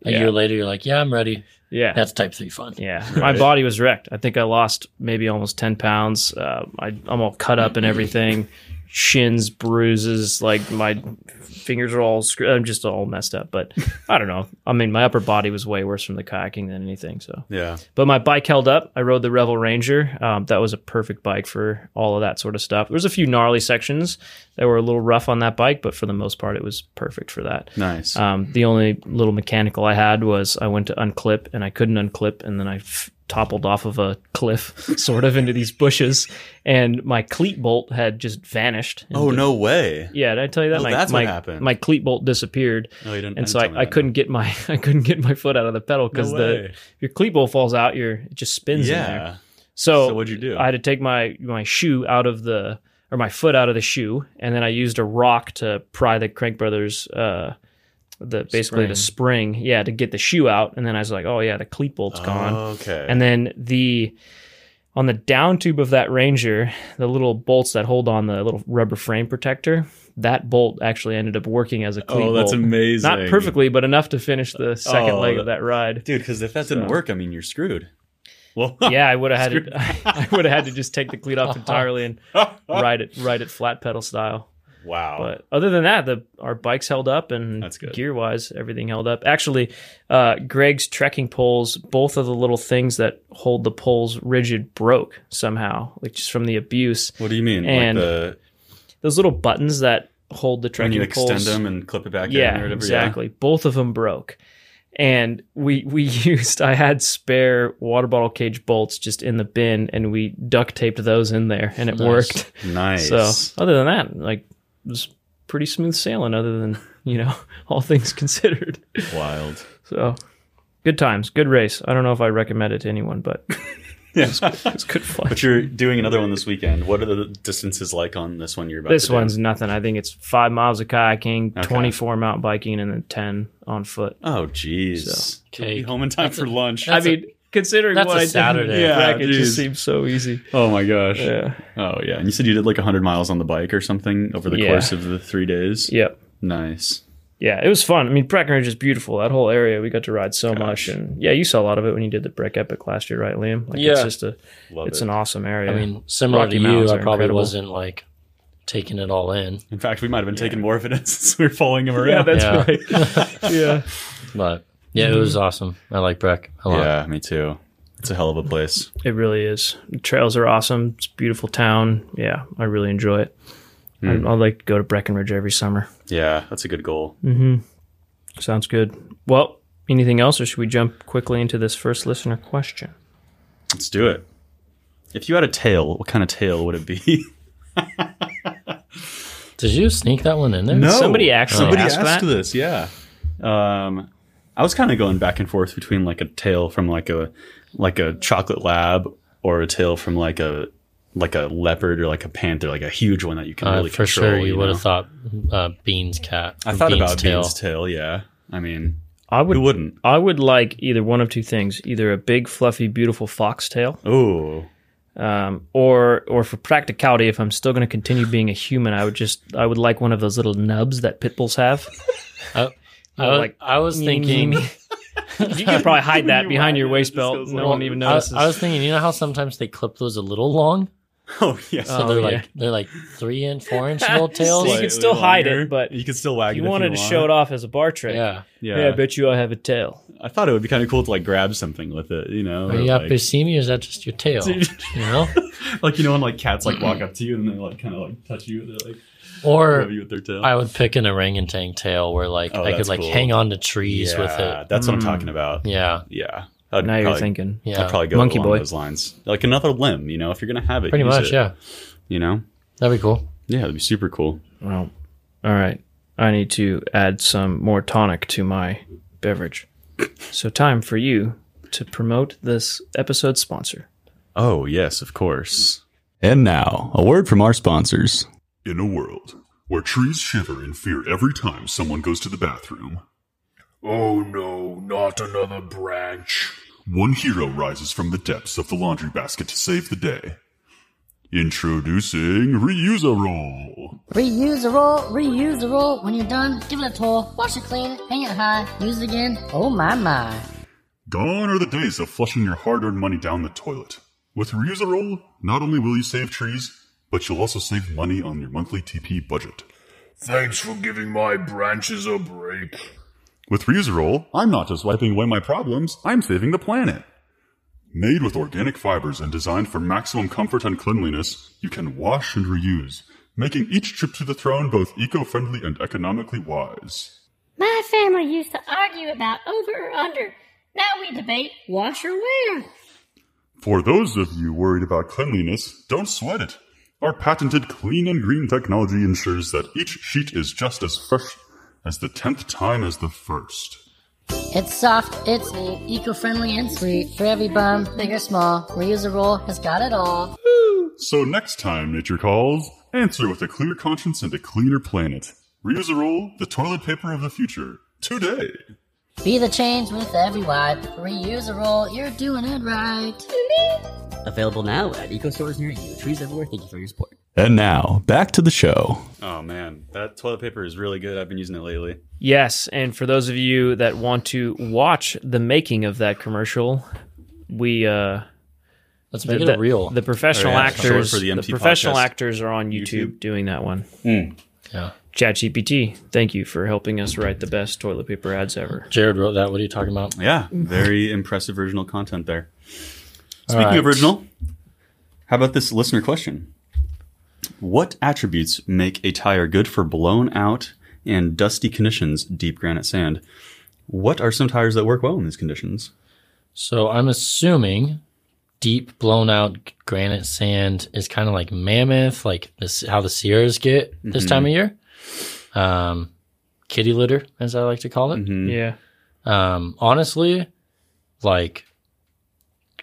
Speaker 3: A
Speaker 2: Yeah.
Speaker 3: year later, you're like, yeah, I'm ready.
Speaker 2: Yeah,
Speaker 3: That's type three fun.
Speaker 2: yeah. My body was wrecked. I think I lost maybe almost ten pounds. Uh, I, I'm all cut up and everything. Shins, bruises, like my fingers are all screwed. I'm just all messed up. But I don't know. I mean, my upper body was way worse from the kayaking than anything. So
Speaker 1: Yeah.
Speaker 2: But my bike held up. I rode the Revel Ranger. Um, that was a perfect bike for all of that sort of stuff. There was a few gnarly sections that were a little rough on that bike, but for the most part, it was perfect for that.
Speaker 1: Nice.
Speaker 2: Um, the only little mechanical I had was I went to unclip and I couldn't unclip, and then I f- toppled off of a cliff, sort of into these bushes, and my cleat bolt had just vanished.
Speaker 1: oh, no way.
Speaker 2: uh, Yeah, did I tell you that?
Speaker 1: Oh,
Speaker 2: my,
Speaker 1: that's
Speaker 2: my,
Speaker 1: what happened.
Speaker 2: My cleat bolt disappeared,
Speaker 1: No, you didn't.
Speaker 2: and so I, I couldn't get my I couldn't get my foot out of the pedal because the
Speaker 1: way.
Speaker 2: if your cleat bolt falls out, your it just spins in there.
Speaker 1: Yeah.
Speaker 2: So,
Speaker 1: So what'd you do?
Speaker 2: I had to take my my shoe out of the or my foot out of the shoe, and then I used a rock to pry the crank brothers uh the basically the spring, yeah, to get the shoe out. And then I was like, oh yeah, the cleat bolt's gone.
Speaker 1: Okay.
Speaker 2: And then the on the down tube of that Ranger, the little bolts that hold on the little rubber frame protector, that bolt actually ended up working as a cleat
Speaker 1: oh, that's
Speaker 2: bolt.
Speaker 1: amazing.
Speaker 2: Not perfectly, but enough to finish the second
Speaker 1: Oh,
Speaker 2: leg
Speaker 1: that-
Speaker 2: of that ride
Speaker 1: dude. Because if that didn't
Speaker 2: So-
Speaker 1: work, I mean, you're screwed. Well,
Speaker 2: yeah, I would have had
Speaker 1: Screw-
Speaker 2: to, I would have had to just take the cleat off entirely and ride it ride it flat pedal style.
Speaker 1: wow.
Speaker 2: But other than that, the our bikes held up and
Speaker 1: Oh. That's good.
Speaker 2: gear wise, everything held up. Actually, uh, Greg's trekking poles, both of the little things that hold the poles rigid, broke somehow, like just from the abuse.
Speaker 1: what do you mean?
Speaker 2: and
Speaker 1: like the
Speaker 2: Those little buttons that hold the
Speaker 1: when
Speaker 2: trekking
Speaker 1: you extend
Speaker 2: poles,
Speaker 1: them and clip it back in
Speaker 2: yeah,
Speaker 1: or whatever.
Speaker 2: exactly. Both of them broke. And we we used I had spare water bottle cage bolts just in the bin and we duct taped those in there and it
Speaker 3: Nice.
Speaker 2: worked.
Speaker 1: Yeah. Nice.
Speaker 2: So other than that, like it was pretty smooth sailing other than, you know, all things considered.
Speaker 1: wild.
Speaker 2: So good times, good race. I don't know if I recommend it to anyone, but it's good fun.
Speaker 1: But you're doing another one this weekend. What are the distances like on this one you're about to
Speaker 2: This
Speaker 1: do?
Speaker 2: one's nothing. I think it's five miles of kayaking,
Speaker 1: Okay.
Speaker 2: twenty four mountain biking, and then ten on foot.
Speaker 1: Oh, jeez.
Speaker 2: So-
Speaker 1: You'll be
Speaker 3: Cake.
Speaker 1: home in time
Speaker 3: That's
Speaker 1: for
Speaker 3: a-
Speaker 1: lunch.
Speaker 2: I
Speaker 3: That's a-
Speaker 2: mean, considering
Speaker 3: that's
Speaker 2: what
Speaker 3: a
Speaker 2: I did,
Speaker 3: Saturday.
Speaker 2: yeah,
Speaker 1: Yeah,
Speaker 2: it just
Speaker 1: geez.
Speaker 2: seems so easy.
Speaker 1: Oh my gosh.
Speaker 2: Yeah.
Speaker 1: Oh yeah. And you said you did like 100 miles on the bike or something over the
Speaker 2: Yeah.
Speaker 1: course of the 3 days.
Speaker 2: Yep.
Speaker 1: Nice.
Speaker 2: Yeah, it was fun. I mean, Breckenridge is beautiful. That whole area, we got to ride so
Speaker 1: Gosh.
Speaker 2: much, and yeah, you saw a lot of it when you did the Breck Epic last year, right, Liam? Like, it's
Speaker 3: Yeah.
Speaker 2: just a,
Speaker 1: Love
Speaker 2: it's
Speaker 1: it.
Speaker 2: an awesome area.
Speaker 3: I mean, similar
Speaker 2: Rocky
Speaker 3: to you,
Speaker 2: Mountains
Speaker 3: I
Speaker 2: are
Speaker 3: probably
Speaker 2: incredible.
Speaker 3: wasn't like taking it all in,
Speaker 1: in fact, we might have been taking more of it since we were following him
Speaker 2: yeah,
Speaker 1: around.
Speaker 2: that's
Speaker 3: Yeah.
Speaker 2: right. yeah,
Speaker 3: but yeah, it was awesome. I like Breck a lot.
Speaker 1: yeah, me too. It's a hell of a place.
Speaker 2: it really is. The trails are awesome. It's a beautiful town. Yeah, I really enjoy it. I, I'd like to go to Breckenridge every summer.
Speaker 1: Yeah, that's a good goal.
Speaker 2: Sounds good. Well, anything else, or should we jump quickly into this first listener question?
Speaker 1: Let's do it. If you had a tail, what kind of tail would it be?
Speaker 3: Did you sneak that one in there?
Speaker 2: Somebody actually
Speaker 1: Somebody
Speaker 2: asked
Speaker 1: asked
Speaker 2: that?
Speaker 1: this, yeah. Um, I was kind of going back and forth between like a tail from like a like a chocolate lab or a tail from like a like a leopard or like a panther, like a huge one that you can
Speaker 3: Uh,
Speaker 1: really
Speaker 3: for
Speaker 1: control.
Speaker 3: sure, you, would
Speaker 1: know?
Speaker 3: have thought uh, Beans cat.
Speaker 1: I
Speaker 3: or
Speaker 1: thought
Speaker 3: Bean's
Speaker 1: about Bean's tail. Yeah, I mean,
Speaker 2: I would.
Speaker 1: who wouldn't?
Speaker 2: I would like either one of two things: either a big, fluffy, beautiful foxtail.
Speaker 1: Oh,
Speaker 2: um, or or for practicality, if I'm still going to continue being a human, I would just I would like one of those little nubs that pit bulls have.
Speaker 3: I was,
Speaker 2: like,
Speaker 3: I was thinking.
Speaker 2: you can probably hide that behind your
Speaker 1: it, it
Speaker 2: waist
Speaker 1: just
Speaker 2: belt.
Speaker 1: goes
Speaker 2: No
Speaker 1: like-
Speaker 2: one even
Speaker 3: I was,
Speaker 2: notices.
Speaker 3: I was thinking, you know how sometimes they clip those a little long?
Speaker 1: Oh yes.
Speaker 2: Uh,
Speaker 3: So they're
Speaker 2: yeah.
Speaker 3: like they're like three and four inch little tails.
Speaker 2: So you can still hide it, but
Speaker 1: you can still wag
Speaker 2: you
Speaker 1: it. if
Speaker 2: wanted to
Speaker 1: want.
Speaker 2: show it off as a bar trick.
Speaker 3: yeah.
Speaker 1: Yeah.
Speaker 2: Hey, I bet you I have a tail.
Speaker 1: I thought it would be kind of cool to like grab something with it, you know.
Speaker 3: Are
Speaker 1: or,
Speaker 3: you
Speaker 1: like-
Speaker 3: apicemia? or Is that just your tail? you know,
Speaker 1: like you know when like cats like walk up to you and they like kind of like touch you, they're like
Speaker 3: or
Speaker 1: grab you with their tail.
Speaker 3: I would pick an orangutan tail where like
Speaker 1: Oh,
Speaker 3: I could
Speaker 1: that's
Speaker 3: like
Speaker 1: cool.
Speaker 3: hang on to trees
Speaker 1: yeah,
Speaker 3: with it.
Speaker 1: That's what I'm
Speaker 2: Mm.
Speaker 1: talking about.
Speaker 3: Yeah,
Speaker 1: Yeah. I'd
Speaker 2: now you're
Speaker 1: probably-
Speaker 2: thinking.
Speaker 3: yeah,
Speaker 1: I'd probably go
Speaker 2: Monkey
Speaker 1: along
Speaker 2: boy.
Speaker 1: those lines. Like another limb, you know, if you're gonna have it.
Speaker 3: pretty
Speaker 1: use
Speaker 3: much.
Speaker 1: it,
Speaker 3: Yeah,
Speaker 1: You know?
Speaker 3: that'd be cool.
Speaker 1: Yeah, that'd be super cool.
Speaker 2: Well, all right. I need to add some more tonic to my beverage. So, time for you to promote this episode sponsor.
Speaker 1: Oh yes, of course. And now, a word from our sponsors.
Speaker 4: In a world where trees shiver in fear every time someone goes to the bathroom,
Speaker 5: Oh no, not another branch.
Speaker 4: one hero rises from the depths of the laundry basket to save the day. Introducing Reuserol.
Speaker 6: Reusable, reusable. When you're done, give it a tour, wash it clean, hang it high, use it again. Oh my my.
Speaker 4: Gone are the days of flushing your hard-earned money down the toilet. With Reuserol, not only will you save trees, but you'll also save money on your monthly TP budget.
Speaker 5: Thanks for giving my branches a break.
Speaker 4: With Reuserol, I'm not just wiping away my problems, I'm saving the planet. Made with organic fibers and designed for maximum comfort and cleanliness, you can wash and reuse, making each trip to the throne both eco-friendly and economically wise.
Speaker 6: My family used to argue about over or under. Now we debate wash or wear.
Speaker 4: For those of you worried about cleanliness, don't sweat it. Our patented clean and green technology ensures that each sheet is just as fresh as the tenth time as the first.
Speaker 6: It's soft, it's neat, eco-friendly and sweet. For every bum, big or small, reusable has got it all.
Speaker 4: So next time nature calls, answer with a clear conscience and a cleaner planet. Reuserol, the toilet paper of the future, today.
Speaker 6: Be the change with every wipe. Reusable, you're doing it right.
Speaker 7: Available now at eco stores near you. Trees everywhere. Thank you for your support.
Speaker 8: And now, back to the show.
Speaker 1: Oh man, that toilet paper is really good. I've been using it lately.
Speaker 2: Yes, and for those of you that want to watch the making of that commercial, we uh
Speaker 3: Let's make
Speaker 2: the,
Speaker 3: it real.
Speaker 2: the professional
Speaker 1: Oh, yeah.
Speaker 2: actors
Speaker 1: Short for the
Speaker 2: the,
Speaker 1: MT podcast.
Speaker 2: professional
Speaker 1: Hmm.
Speaker 2: actors are on YouTube, doing that one.
Speaker 3: yeah,
Speaker 2: ChatGPT, thank you for helping us write the best toilet paper ads ever.
Speaker 3: Jared wrote that. What are you talking about?
Speaker 1: Yeah, very impressive original content there. Speaking
Speaker 3: right.
Speaker 1: of original, how about this listener question? What attributes make a tire good for blown out and dusty conditions, deep granite sand? What are some tires that work well in these conditions?
Speaker 3: So I'm assuming deep blown out granite sand is kind of like mammoth, like this how the Sierras get this time of year. Um, kitty litter, as I like to call it.
Speaker 1: Hmm. Mm-hmm.
Speaker 2: Yeah.
Speaker 3: Um, honestly, like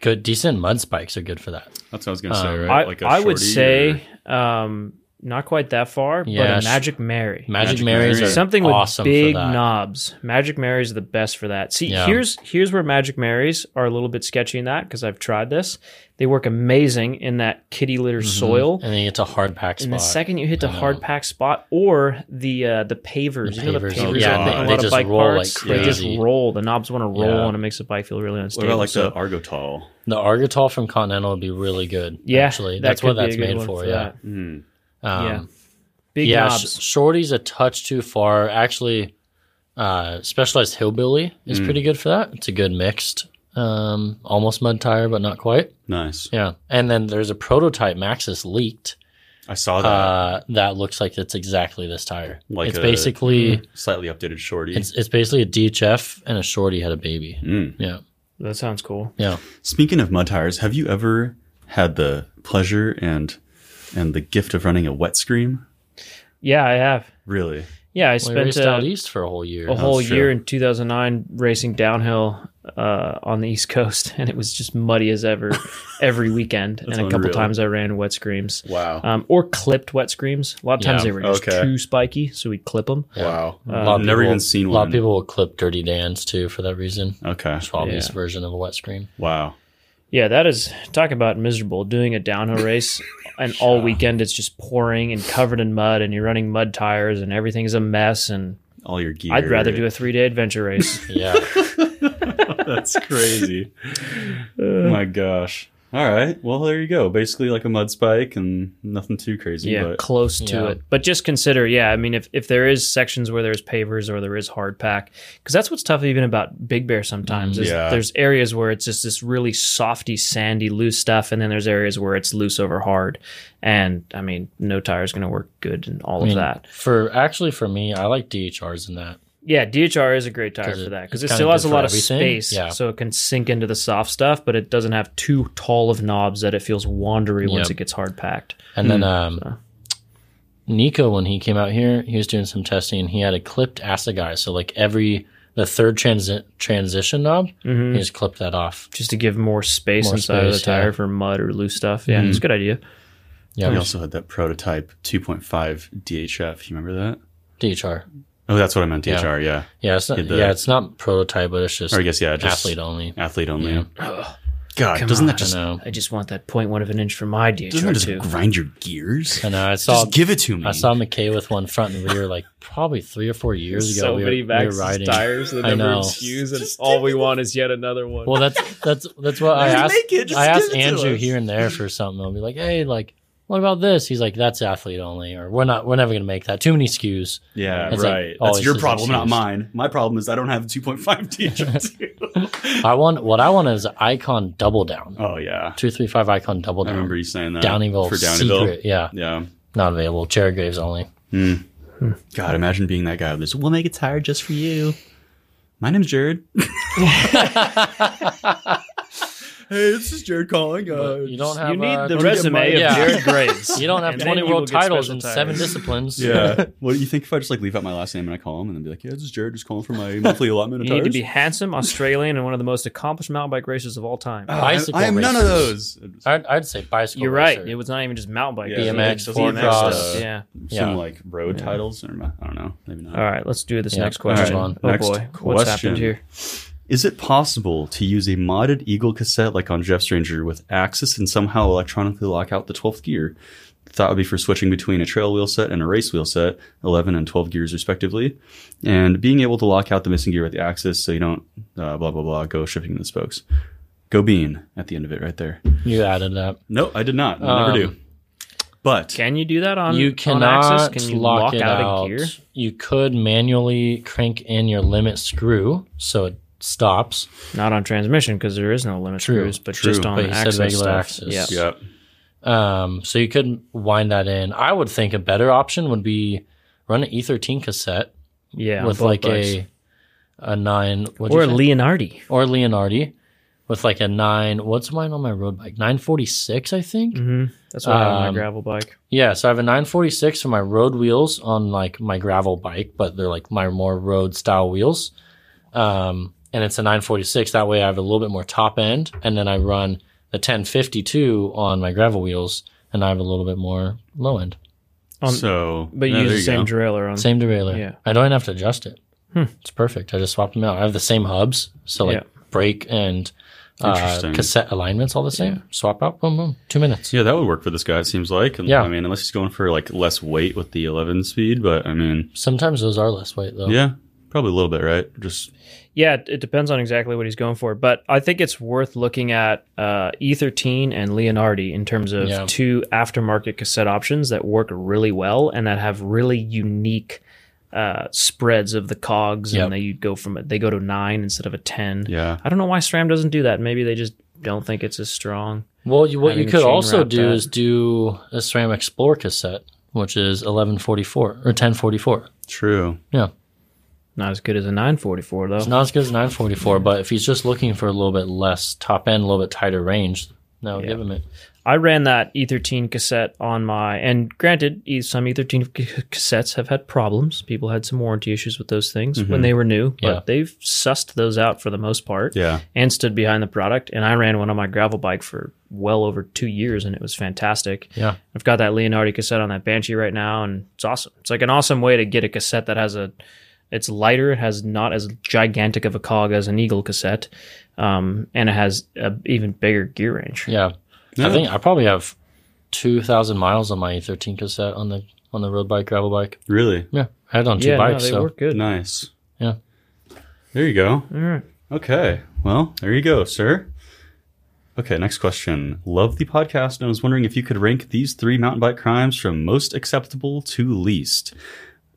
Speaker 3: good decent mud spikes are good for that.
Speaker 1: That's what Uh, I was going to say,
Speaker 3: Um,
Speaker 1: right?
Speaker 2: I,
Speaker 1: Like a
Speaker 2: I would
Speaker 1: shorty
Speaker 2: say um, not quite that far,
Speaker 3: Yeah,
Speaker 2: but
Speaker 3: sh-
Speaker 2: a Magic Mary.
Speaker 3: Magic,
Speaker 1: Magic
Speaker 3: Marys
Speaker 1: Mary.
Speaker 3: are
Speaker 2: Something with
Speaker 3: awesome
Speaker 2: big
Speaker 3: for that.
Speaker 2: knobs. Magic Marys are the best for that. See,
Speaker 3: Yeah.
Speaker 2: here's here's where Magic Marys are a little bit sketchy in that because I've tried this. They work amazing in that kitty litter soil.
Speaker 3: and then it's a hard pack Mm-hmm.
Speaker 2: And
Speaker 3: spot.
Speaker 2: the second you hit the hard pack spot or the uh, the pavers,
Speaker 3: The
Speaker 2: you know the
Speaker 3: pavers,
Speaker 2: pavers
Speaker 1: yeah,
Speaker 2: on
Speaker 1: they-
Speaker 2: a
Speaker 1: they
Speaker 2: lot of
Speaker 3: just
Speaker 2: bike
Speaker 3: roll like
Speaker 2: parts. They just
Speaker 3: crazy.
Speaker 2: roll. The knobs want to roll,
Speaker 3: Yeah.
Speaker 2: and it makes the bike feel really
Speaker 1: What
Speaker 2: unstable.
Speaker 1: about like
Speaker 2: so-
Speaker 1: the Argotol?
Speaker 3: the Argotol from Continental would be really good.
Speaker 2: yeah,
Speaker 3: actually,
Speaker 2: that
Speaker 3: that's what
Speaker 2: could be a
Speaker 3: that's
Speaker 2: good
Speaker 3: made
Speaker 2: one
Speaker 3: for. Yeah,
Speaker 2: that.
Speaker 1: Mm.
Speaker 3: um,
Speaker 2: yeah, big
Speaker 3: yeah, sh-
Speaker 2: knobs.
Speaker 3: shorty's a touch too far. Actually, uh, specialized hillbilly is pretty good for that. It's a good mixed, um, almost mud tire, but not quite.
Speaker 1: Nice.
Speaker 3: Yeah, and then there's a prototype Maxxis leaked
Speaker 1: I saw that.
Speaker 3: uh, that looks like it's exactly this tire.
Speaker 1: Like
Speaker 3: it's
Speaker 1: a- Mm.
Speaker 3: basically
Speaker 1: Slightly updated shorty.
Speaker 3: it's it's basically a DHF and a shorty had a baby.
Speaker 1: Mm.
Speaker 3: Yeah,
Speaker 2: that sounds cool.
Speaker 3: yeah.
Speaker 1: Speaking of mud tires, have you ever had the pleasure and and the gift of running a wet scream?
Speaker 2: Yeah, I have.
Speaker 1: Really?
Speaker 2: Yeah, I
Speaker 3: We
Speaker 2: spent
Speaker 3: raced
Speaker 2: uh,
Speaker 3: out east for a whole year.
Speaker 2: a whole
Speaker 1: That's true.
Speaker 2: year in 2009 racing downhill uh, on the East Coast, and it was just muddy as ever every weekend. and a couple
Speaker 1: unreal.
Speaker 2: times I ran wet screams.
Speaker 1: Wow.
Speaker 2: Um, or clipped wet screams. A lot of times
Speaker 3: Yeah.
Speaker 2: they were just
Speaker 1: Okay.
Speaker 2: too spiky, so we'd clip them.
Speaker 1: Wow.
Speaker 3: A lot
Speaker 1: I've
Speaker 3: of
Speaker 1: never
Speaker 3: people-
Speaker 1: even seen
Speaker 3: A lot
Speaker 1: one.
Speaker 3: of people will clip Dirty Dan's too for that reason.
Speaker 1: Okay.
Speaker 3: Schwalbe's
Speaker 2: Yeah.
Speaker 3: version of a wet scream.
Speaker 1: Wow.
Speaker 2: Yeah, that is talk about miserable. Doing a downhill race and all weekend it's just pouring and covered in mud, and you're running mud tires, and everything's a mess. And
Speaker 1: All your gear.
Speaker 2: I'd rather do a three day adventure race.
Speaker 3: Yeah.
Speaker 1: That's crazy. My gosh. All right. Well, there you go. Basically, like a mud spike and nothing too crazy.
Speaker 2: yeah,
Speaker 1: But
Speaker 2: close to
Speaker 3: Yeah.
Speaker 2: it. But just consider, yeah, I mean, if, if there is sections where there's pavers or there is hard pack, because that's what's tough even about Big Bear sometimes. is
Speaker 1: Yeah.
Speaker 2: There's areas where it's just this really softy, sandy, loose stuff, and then there's areas where it's loose over hard. And I mean, no tire is going to work good and all
Speaker 3: I mean,
Speaker 2: of that.
Speaker 3: For actually, for me, I like DHRs in that.
Speaker 2: Yeah, DHR is a great tire
Speaker 3: 'Cause it-
Speaker 2: for that
Speaker 3: it's
Speaker 2: because it
Speaker 3: kinda
Speaker 2: still has
Speaker 3: good
Speaker 2: a
Speaker 3: for
Speaker 2: lot of
Speaker 3: everything.
Speaker 2: space,
Speaker 3: Yeah.
Speaker 2: so it can sink into the soft stuff, but it doesn't have too tall of knobs that it feels wandery once
Speaker 3: Yep.
Speaker 2: it gets hard packed.
Speaker 3: And then um, Nico, when he came out here, he was doing some testing. and He had a clipped assegai, so like every the third transi- transition knob,
Speaker 2: Mm-hmm. Hmm.
Speaker 3: he just clipped that off.
Speaker 2: Just to give more space
Speaker 3: More
Speaker 2: inside of the
Speaker 3: space, yeah. Mm-hmm.
Speaker 2: tire for mud or loose stuff. Yeah, it's a good idea.
Speaker 1: we
Speaker 3: Yeah,
Speaker 1: also had that prototype 2.5 DHF. You remember that?
Speaker 3: DHR.
Speaker 1: Oh, that's what I meant.
Speaker 3: Yeah.
Speaker 1: DHR. Yeah.
Speaker 3: Yeah, it's not.
Speaker 1: Did the-
Speaker 3: yeah, it's not prototype, but it's just.
Speaker 1: Or I guess yeah, just
Speaker 3: athlete only.
Speaker 1: Athlete only.
Speaker 3: Yeah.
Speaker 1: God, doesn't that just
Speaker 3: I know.
Speaker 2: I just want that point one of an inch for my
Speaker 1: doesn't that
Speaker 2: DHR
Speaker 1: just
Speaker 2: too.
Speaker 1: grind your gears?
Speaker 3: I know. I saw.
Speaker 1: Just give it to me.
Speaker 3: I saw McKay with one front and rear like probably three or four years ago.
Speaker 9: so
Speaker 3: we were,
Speaker 9: many
Speaker 3: we were
Speaker 9: Max's
Speaker 3: riding.
Speaker 9: tires, the
Speaker 3: I
Speaker 9: number
Speaker 3: know.
Speaker 9: of SKUs, and all we want is yet another one.
Speaker 3: Well, that's that's that's what I asked.
Speaker 1: make it, just
Speaker 3: I
Speaker 1: give
Speaker 3: asked
Speaker 1: it to
Speaker 3: Andrew
Speaker 1: us.
Speaker 3: here and there for something. I'll be like, hey, like, what about this? He's like, that's athlete only, or we're not, we're never gonna make that. Too many SKUs.
Speaker 1: Yeah,
Speaker 3: It's like
Speaker 1: right.
Speaker 3: always
Speaker 1: That's your
Speaker 3: the same
Speaker 1: problem, not
Speaker 3: series.
Speaker 1: mine. My problem is I don't have 2.5 DHF.
Speaker 3: I want what I want is icon double down.
Speaker 1: oh yeah,
Speaker 3: Two three five icon double
Speaker 1: I
Speaker 3: down.
Speaker 1: remember you saying that.
Speaker 3: Downeyville
Speaker 1: for Downeyville.
Speaker 3: secret, yeah,
Speaker 1: Yeah.
Speaker 3: not available. Jared Graves only.
Speaker 1: God, imagine being that guy. This we'll make a tire just for you. My name's Jared. hey, this is Jared calling. Uh,
Speaker 3: You don't have.
Speaker 2: you need
Speaker 3: uh,
Speaker 2: the
Speaker 3: I'm
Speaker 2: resume
Speaker 3: getting
Speaker 2: of
Speaker 3: my- yeah.
Speaker 2: Jared Graves.
Speaker 3: You don't have
Speaker 2: And then
Speaker 3: twenty
Speaker 2: you will
Speaker 3: world
Speaker 2: get
Speaker 3: titles
Speaker 2: special
Speaker 3: and
Speaker 2: tires.
Speaker 3: seven disciplines.
Speaker 1: yeah. What do you think if I just like leave out my last name and I call him and then be like, "Yeah, this is Jared, just calling for my monthly allotment of
Speaker 2: You need
Speaker 1: tires."
Speaker 2: to be handsome, Australian, and one of the most accomplished mountain bike racers of all time.
Speaker 3: Bicycle
Speaker 1: I am none of
Speaker 3: racers.
Speaker 1: those.
Speaker 3: I'd, I'd say bicycle.
Speaker 2: You're right.
Speaker 3: racer.
Speaker 2: It was not even just mountain bike.
Speaker 1: Yeah,
Speaker 2: it was
Speaker 3: BMX,
Speaker 2: like
Speaker 3: four
Speaker 2: BMX
Speaker 3: cross.
Speaker 2: stuff. Yeah.
Speaker 3: Yeah.
Speaker 1: Some like road titles, or I don't know, maybe not.
Speaker 2: All right, let's do this
Speaker 3: Yeah,
Speaker 2: next question.
Speaker 3: all right.
Speaker 2: Oh
Speaker 1: Next
Speaker 2: boy, what's
Speaker 1: question.
Speaker 2: happened here?
Speaker 1: Is it possible to use a modded Eagle cassette like on Jeff Stranger with Axis and somehow electronically lock out the 12th gear? The thought would be for switching between a trail wheel set and a race wheel set, 11 and 12 gears respectively, and being able to lock out the missing gear with the Axis so you don't uh, blah blah blah go shifting the spokes. Go bean at the end of it right there.
Speaker 3: You added that.
Speaker 1: No, I did not. I never
Speaker 3: Um,
Speaker 1: do. But
Speaker 2: Can you do that on
Speaker 3: you
Speaker 2: on
Speaker 3: cannot
Speaker 2: Axis? Can you
Speaker 3: lock,
Speaker 2: lock
Speaker 3: it
Speaker 2: out,
Speaker 3: out,
Speaker 2: a gear?
Speaker 3: You could manually crank in your limit screw so it stops.
Speaker 2: Not on transmission because there is no limit
Speaker 3: True,
Speaker 2: screws, but
Speaker 1: true.
Speaker 2: just on
Speaker 3: But you said
Speaker 2: Axis
Speaker 3: regular
Speaker 2: stuff.
Speaker 3: Axis.
Speaker 2: Yeah.
Speaker 1: yeah,
Speaker 3: Um, so you could wind that in. I would think a better option would be run an E13 cassette
Speaker 2: yeah, on
Speaker 3: with
Speaker 2: both
Speaker 3: like
Speaker 2: bikes.
Speaker 3: a a nine what'd
Speaker 2: or a
Speaker 3: you say?
Speaker 2: Leonardi.
Speaker 3: or Leonardi with like a nine. What's mine on my road bike? Nine forty six, I think.
Speaker 2: Mm-hmm. That's what I have on my
Speaker 3: Um,
Speaker 2: gravel bike.
Speaker 3: Yeah, so I have a 946 for my road wheels on like my gravel bike, but they're like my more road style wheels. Um, and it's a 946. That way I have a little bit more top end. And then I run the 1052 on my gravel wheels and I have a little bit more low end.
Speaker 2: Um,
Speaker 1: so
Speaker 2: But you
Speaker 1: yeah,
Speaker 2: use
Speaker 1: there
Speaker 2: the same
Speaker 1: go.
Speaker 2: derailleur on.
Speaker 3: Same derailleur.
Speaker 2: Yeah.
Speaker 3: I don't even have to adjust it. It's perfect. I just swapped them out. I have the same hubs. So like brake and uh,
Speaker 1: Interesting.
Speaker 3: cassette alignments all the same. Swap out, boom, boom. Two minutes.
Speaker 1: Yeah, that would work for this guy. It seems like. And,
Speaker 3: Yeah.
Speaker 1: I mean, unless he's going for like less weight with the 11 speed, but I mean,
Speaker 3: Sometimes those are less weight though.
Speaker 1: yeah, probably a little bit, right? Just
Speaker 2: Yeah, it- it depends on exactly what he's going for, but I think it's worth looking at uh, E13 and Leonardi in terms of
Speaker 3: Yeah.
Speaker 2: two aftermarket cassette options that work really well and that have really unique uh, spreads of the cogs,
Speaker 3: Yep.
Speaker 2: and they go from a- they go to nine instead of a ten.
Speaker 1: yeah.
Speaker 2: I don't know why SRAM doesn't do that. Maybe they just don't think it's as strong.
Speaker 3: Well, you, what you
Speaker 2: having
Speaker 3: could
Speaker 2: chain
Speaker 3: also
Speaker 2: wrap
Speaker 3: do
Speaker 2: that.
Speaker 3: is do a Ceramic Explorer cassette, which is 1144 or 1044.
Speaker 1: True.
Speaker 3: Yeah.
Speaker 2: Not as good as a 944 though.
Speaker 3: It's not as good as 944, but if he's just looking for a little bit less top end, a little bit tighter range, that would give him it.
Speaker 2: I ran that E13 cassette on my, and granted, E- some E13 c- cassettes have had problems. People had some warranty issues with those things when they were new, but
Speaker 3: Mm-hmm. Yeah.
Speaker 2: they've sussed those out for the most part.
Speaker 1: Yeah.
Speaker 2: And stood behind the product. And I ran one on my gravel bike for well over two years, and it was fantastic.
Speaker 3: Yeah.
Speaker 2: I've got that Leonardi cassette on that Banshee right now, and it's awesome. It's like an awesome way to get a cassette that has a, it's lighter, it has not as gigantic of a cog as an Eagle cassette, um, and it has an even bigger gear range.
Speaker 3: Yeah. I
Speaker 1: Yeah.
Speaker 3: think I probably have 2,000 miles on my E13 cassette on the on the road bike, gravel bike.
Speaker 1: Really
Speaker 3: Yeah. I had it on two
Speaker 2: yeah, no,
Speaker 3: bikes.
Speaker 2: they
Speaker 3: so
Speaker 2: work good.
Speaker 1: nice.
Speaker 3: Yeah.
Speaker 1: There you go.
Speaker 2: All right.
Speaker 1: Okay. Well, there you go, sir. Okay, next question. Love the podcast, and I was wondering if you could rank these three mountain bike crimes from most acceptable to least.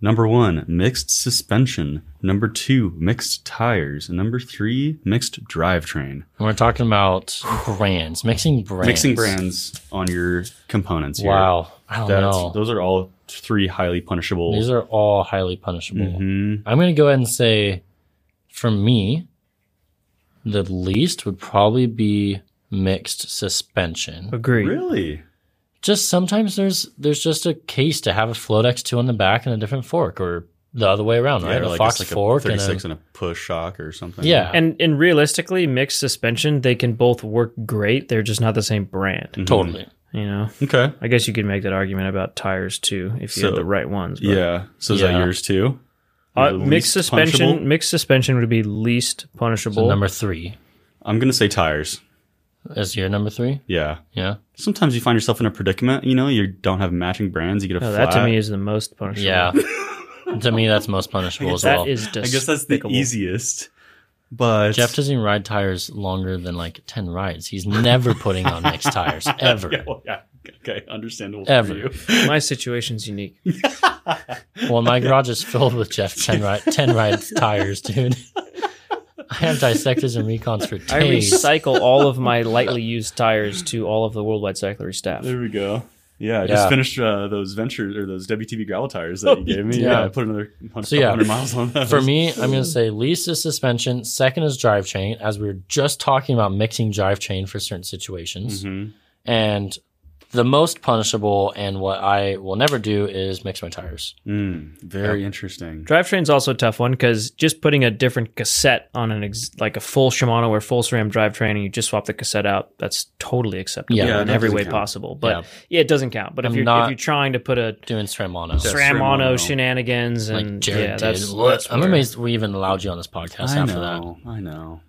Speaker 1: Number one, mixed suspension. Number two, mixed tires. And number three, mixed drivetrain.
Speaker 3: And we're talking about brands, mixing brands.
Speaker 1: Mixing brands on your components. here.
Speaker 3: Wow. I don't
Speaker 1: That's,
Speaker 3: know.
Speaker 1: Those are all three highly punishable.
Speaker 3: These are all highly punishable.
Speaker 2: Mm-hmm.
Speaker 1: Mhm.
Speaker 3: I'm going to go ahead and say, for me, the least would probably be mixed suspension.
Speaker 2: Agreed.
Speaker 1: Really?
Speaker 3: just sometimes there's there's just a case to have a Flodex two on the back and a different fork, or the other way around, right?
Speaker 1: or
Speaker 3: a
Speaker 1: like
Speaker 3: Fox
Speaker 1: it's like
Speaker 3: fork
Speaker 1: a
Speaker 3: and a-
Speaker 1: 36 and a, push shock or something.
Speaker 3: yeah.
Speaker 2: And and realistically, mixed suspension, they can both work great. They're just not the same brand.
Speaker 1: Mm-hmm.
Speaker 3: totally.
Speaker 2: You know,
Speaker 1: Okay.
Speaker 2: I guess you could make that argument about tires too if you
Speaker 1: So-
Speaker 2: had the right ones. but-
Speaker 1: Yeah. So is that
Speaker 3: Yeah.
Speaker 1: yours too?
Speaker 2: Uh,
Speaker 1: The
Speaker 2: mixed
Speaker 1: least
Speaker 2: suspension.
Speaker 1: punishable?
Speaker 2: Mixed suspension would be least
Speaker 3: So
Speaker 2: punishable.
Speaker 3: number three
Speaker 1: I'm going to say tires.
Speaker 3: is your number three.
Speaker 1: Yeah.
Speaker 3: Yeah,
Speaker 1: Sometimes you find yourself in a predicament, you know, you don't have matching brands, you get a
Speaker 3: Oh,
Speaker 2: no,
Speaker 1: flat.
Speaker 2: Oh, that to me is the most punishable.
Speaker 3: yeah. to me, that's most punishable as well.
Speaker 2: that is.
Speaker 1: I guess that's the
Speaker 2: despicable.
Speaker 1: easiest. But
Speaker 3: Jeff doesn't ride tires longer than like ten rides. He's never putting on mixed tires ever.
Speaker 1: Yeah, well, yeah. Okay, understandable
Speaker 3: Ever.
Speaker 1: for you.
Speaker 2: My situation's unique.
Speaker 3: Well, my garage is filled with Jeff ten ride ten ride tires, dude. I have dissectors and recons for
Speaker 2: I
Speaker 3: days.
Speaker 2: recycle all of my lightly used tires to all of the worldwide cyclery staff.
Speaker 1: There we go. Yeah, I just
Speaker 3: Yeah. Oh,
Speaker 1: finished uh, those ventures or those WTB gravel tires that you gave me. Yeah,
Speaker 3: yeah.
Speaker 1: I put another 100,
Speaker 3: So, yeah.
Speaker 1: miles on that.
Speaker 3: For me, I'm going to say least is suspension. Second is drivetrain, as we were just talking about mixing drivetrain for certain situations.
Speaker 1: Mm-hmm.
Speaker 3: And the most punishable and what I will never do is mix my tires.
Speaker 1: Mm, very interesting.
Speaker 2: Drivetrain's also a tough one because just putting a different cassette on an ex- like a full Shimano or full SRAM drivetrain and you just swap the cassette out, that's totally acceptable
Speaker 3: Yeah. Yeah,
Speaker 2: in
Speaker 1: that
Speaker 2: every
Speaker 1: doesn't
Speaker 2: way
Speaker 1: count.
Speaker 2: possible. But
Speaker 3: Yeah.
Speaker 2: yeah. it doesn't count. But if
Speaker 3: I'm
Speaker 2: you're
Speaker 3: not-
Speaker 2: if you're trying to put a
Speaker 3: Doing SRAM mono.
Speaker 2: SRAM mono
Speaker 1: mono.
Speaker 2: shenanigans and
Speaker 3: Like Jared
Speaker 2: yeah, that's,
Speaker 3: did.
Speaker 2: that's
Speaker 3: I'm
Speaker 2: where-
Speaker 3: amazed we even allowed you on this podcast
Speaker 1: I
Speaker 3: after that.
Speaker 1: know, I know.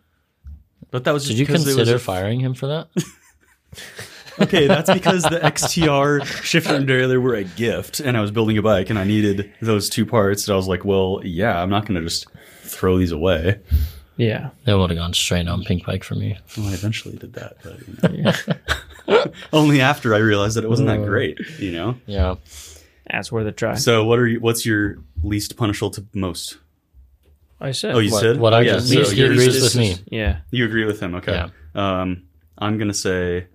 Speaker 1: But that was
Speaker 3: Did
Speaker 1: just
Speaker 3: you
Speaker 1: because there was
Speaker 3: consider
Speaker 1: a-
Speaker 3: firing him for that?
Speaker 1: Okay, that's because the XTR shifter and derailleur were a gift, and I was building a bike, and I needed those two parts. And I was like, well, yeah, I'm not going to just throw these away.
Speaker 2: Yeah.
Speaker 3: that would have gone straight on pink bike for me.
Speaker 1: Well, I eventually did that, but you know. only after I realized that it wasn't
Speaker 3: Uh,
Speaker 1: that great, you know.
Speaker 3: Yeah.
Speaker 2: That's where the drive.
Speaker 1: So, what are you? What's your least punishable to most?
Speaker 2: I said.
Speaker 1: Oh, you said
Speaker 3: What
Speaker 1: oh,
Speaker 3: I
Speaker 1: yeah,
Speaker 3: just
Speaker 1: so
Speaker 3: least he
Speaker 1: yours
Speaker 3: agrees
Speaker 1: is-
Speaker 3: with me.
Speaker 2: yeah.
Speaker 1: You agree with him, okay? Um, I'm gonna say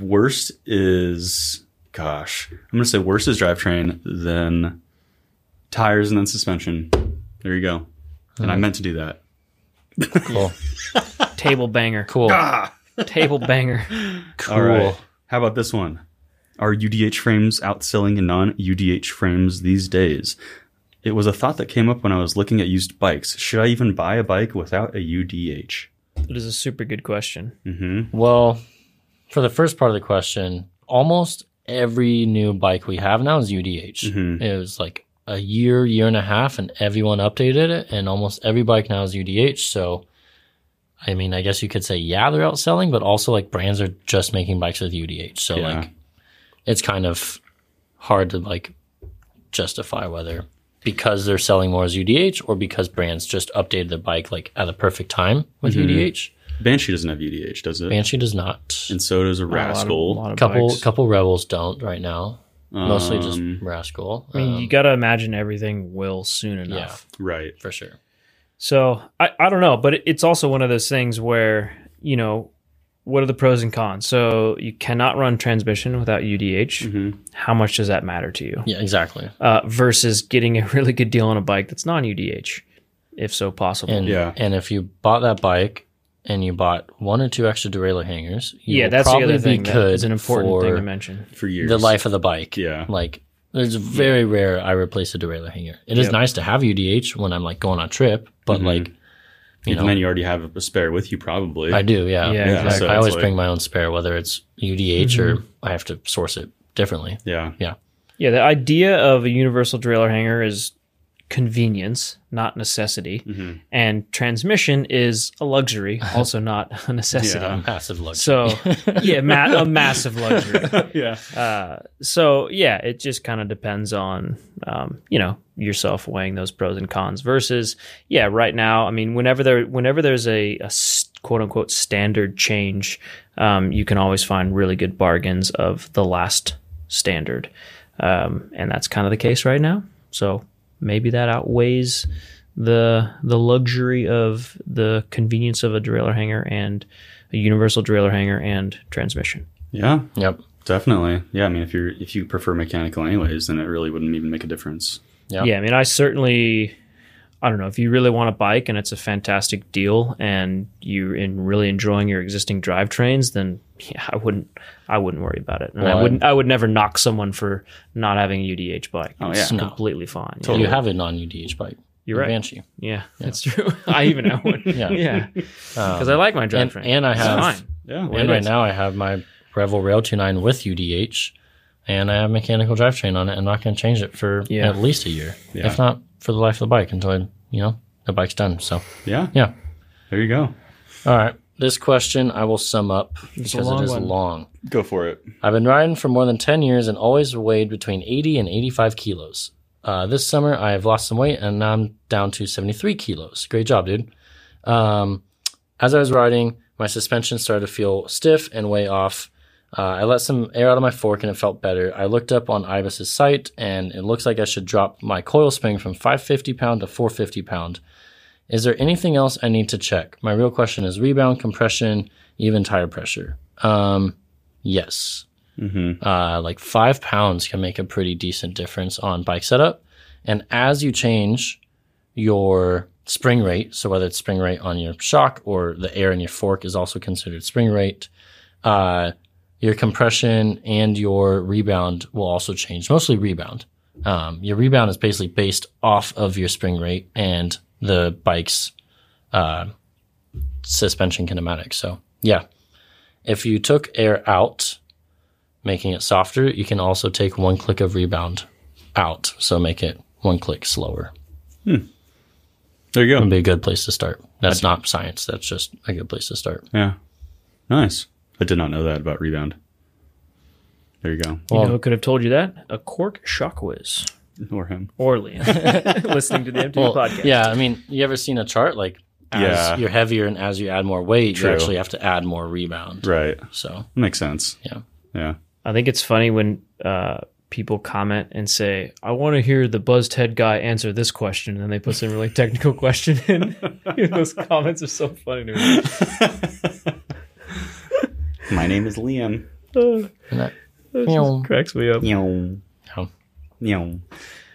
Speaker 1: worst is gosh, I'm gonna say worst is drivetrain, then tires, and then suspension. There you go. And I meant to do that.
Speaker 3: Cool.
Speaker 2: Table banger. Ah!
Speaker 3: Cool. Ah!
Speaker 2: Table banger.
Speaker 3: cool.
Speaker 1: All right. How about this one? Are UDH frames outselling non UDH frames these days? It was a thought that came up when I was looking at used bikes. Should I even buy a bike without a UDH?
Speaker 2: It is a super good question.
Speaker 1: Mm-hmm.
Speaker 3: Well, for the first part of the question, almost every new bike we have now is UDH. It was like a year, year and a half, and everyone updated it, and almost every bike now is UDH. So, I mean, I guess you could say, yeah, they're outselling, but also like brands are just making bikes with UDH. So,
Speaker 1: Yeah.
Speaker 3: like, it's kind of hard to like justify whether because they're selling more as UDH or because brands just updated their bike like at the perfect time with UDH.
Speaker 1: Banshee doesn't have UDH, does it?
Speaker 3: Banshee does not.
Speaker 1: and so does a
Speaker 2: A lot of-
Speaker 1: Rascal.
Speaker 2: lot of
Speaker 3: couple
Speaker 2: bikes.
Speaker 3: couple rebels don't right now. Mostly just
Speaker 1: Um,
Speaker 3: rascal.
Speaker 2: I mean,
Speaker 3: Um,
Speaker 2: you got to imagine everything will soon enough.
Speaker 1: right.
Speaker 3: for sure.
Speaker 2: So I, I don't know, but it, it's also one of those things where, you know, what are the pros and cons? So you cannot run transmission without
Speaker 3: Mm-hmm.
Speaker 2: UDH.
Speaker 1: Mm-hmm.
Speaker 2: How much does that matter to you?
Speaker 3: Yeah, exactly.
Speaker 2: Uh, versus getting a really good deal on a bike that's non UDH, if so possible.
Speaker 3: And
Speaker 1: Yeah.
Speaker 3: and if you bought that bike and you bought one or two extra derailleur hangers, you
Speaker 2: yeah,
Speaker 3: will
Speaker 2: that's the
Speaker 3: probably
Speaker 2: other
Speaker 3: be
Speaker 2: thing. That
Speaker 3: good
Speaker 2: is an important
Speaker 3: for
Speaker 2: thing to mention.
Speaker 1: for years.
Speaker 3: the life of the bike.
Speaker 1: Yeah.
Speaker 3: like there's very rare I replace a derailleur hanger. It is nice to have UDH when I'm like going on trip, but like you
Speaker 1: And
Speaker 3: know
Speaker 1: then Mm-hmm. you already have a spare with you, probably.
Speaker 3: I do.
Speaker 2: Yeah,
Speaker 3: Yeah,
Speaker 1: Yeah, exactly. so
Speaker 3: I
Speaker 1: it's
Speaker 3: always
Speaker 1: like-
Speaker 3: bring my own spare, whether it's UDH
Speaker 2: Mm-hmm.
Speaker 3: or I have to source it differently.
Speaker 1: yeah.
Speaker 3: Yeah,
Speaker 2: Yeah, the idea of a universal derailleur hanger is convenience, not necessity.
Speaker 1: Mm-hmm.
Speaker 2: And transmission is a luxury, also not a necessity.
Speaker 1: Yeah.
Speaker 3: passive luxury.
Speaker 2: So, yeah, ma- a massive luxury.
Speaker 1: Yeah.
Speaker 2: So, yeah, it just kind of depends on, um, you know, yourself weighing those pros and cons versus, yeah, right now, I mean, whenever there, whenever there's a, a s- quote unquote standard change, um, you can always find really good bargains of the last standard. Um, and that's kind of the case right now. So maybe that outweighs the the luxury of the convenience of a derailleur hanger and a universal derailleur hanger and transmission.
Speaker 1: Yeah,
Speaker 3: Yep.
Speaker 1: definitely. Yeah, I mean, if you're if you prefer mechanical anyways, then it really wouldn't even make a difference.
Speaker 3: Yeah.
Speaker 2: Yeah, I mean, I certainly, I don't know if you really want a bike and it's a fantastic deal and you're in really enjoying your existing drivetrains, then yeah, I wouldn't, I wouldn't worry about it, and I
Speaker 3: Well,
Speaker 2: wouldn't, I would never knock someone for not having a UDH bike.
Speaker 1: Oh,
Speaker 2: it's
Speaker 1: yeah.
Speaker 3: No.
Speaker 2: completely fine. Yeah.
Speaker 3: You have a non UDH bike.
Speaker 2: You're right.
Speaker 3: Banshee.
Speaker 2: Yeah, that's true. I even have one.
Speaker 3: Yeah. Um,
Speaker 2: yeah, because I like my
Speaker 3: And,
Speaker 2: drivetrain.
Speaker 3: and I
Speaker 2: It's
Speaker 3: have
Speaker 2: fine.
Speaker 1: Yeah,
Speaker 2: Well,
Speaker 3: and
Speaker 2: it
Speaker 3: right
Speaker 2: is.
Speaker 3: now I have my Revel Rail 29 with UDH and I have mechanical drivetrain on it. I'm not going to change it for
Speaker 2: Yeah.
Speaker 3: at least a year,
Speaker 1: Yeah.
Speaker 3: if not for the life of the bike until I, you know, the bike's done. So,
Speaker 1: yeah,
Speaker 3: yeah.
Speaker 1: There you go.
Speaker 3: All right. This question I will sum up
Speaker 2: a
Speaker 3: because
Speaker 2: long
Speaker 3: it is
Speaker 2: one.
Speaker 3: long.
Speaker 1: Go for it.
Speaker 3: I've been riding for more than 10 years and always weighed between 80 and 85 kilos. Uh, this summer, I have lost some weight and now I'm down to 73 kilos. Great job, dude. Um, as I was riding, my suspension started to feel stiff and way off. Uh, I let some air out of my fork and it felt better. I looked up on Ibis's site and it looks like I should drop my coil spring from 550 pound to 450 pound. Is there anything else I need to check? My real question is rebound, compression, even tire pressure. Um, yes uh, like five pounds can make a pretty decent difference on bike setup. And as you change your spring rate, so whether it's spring rate on your shock or the air in your fork is also considered spring rate, uh, your compression and your rebound will also change, mostly rebound. Um, your rebound is basically based off of your spring rate and the bike's uh, suspension kinematics. So, yeah. If you took air out, making it softer, you can also take one click of rebound out. So make it one click slower.
Speaker 1: There you
Speaker 3: Would
Speaker 1: go.
Speaker 3: be a good place to start. That's not science. That's just a good place to start.
Speaker 1: Yeah, nice. I did not know that about rebound. There you go.
Speaker 2: You know, who could have told you that a cork shock whiz
Speaker 1: Or him.
Speaker 2: or Liam listening to the MTV podcast.
Speaker 3: Yeah, I mean, you ever seen a chart like as
Speaker 1: Yeah.
Speaker 3: you're heavier and as you add more weight,
Speaker 1: True.
Speaker 3: you actually have to add more rebound.
Speaker 1: Right.
Speaker 3: So
Speaker 1: Makes sense.
Speaker 3: yeah.
Speaker 1: Yeah.
Speaker 2: I think it's funny when uh, people comment and say, "I want to hear the buzzed head guy answer this question," and then they put some really technical question in. Those comments are so funny to me.
Speaker 1: My name is Liam.
Speaker 3: And that-
Speaker 2: Cracks me up.
Speaker 1: Meow.
Speaker 3: Meow.
Speaker 1: Meow.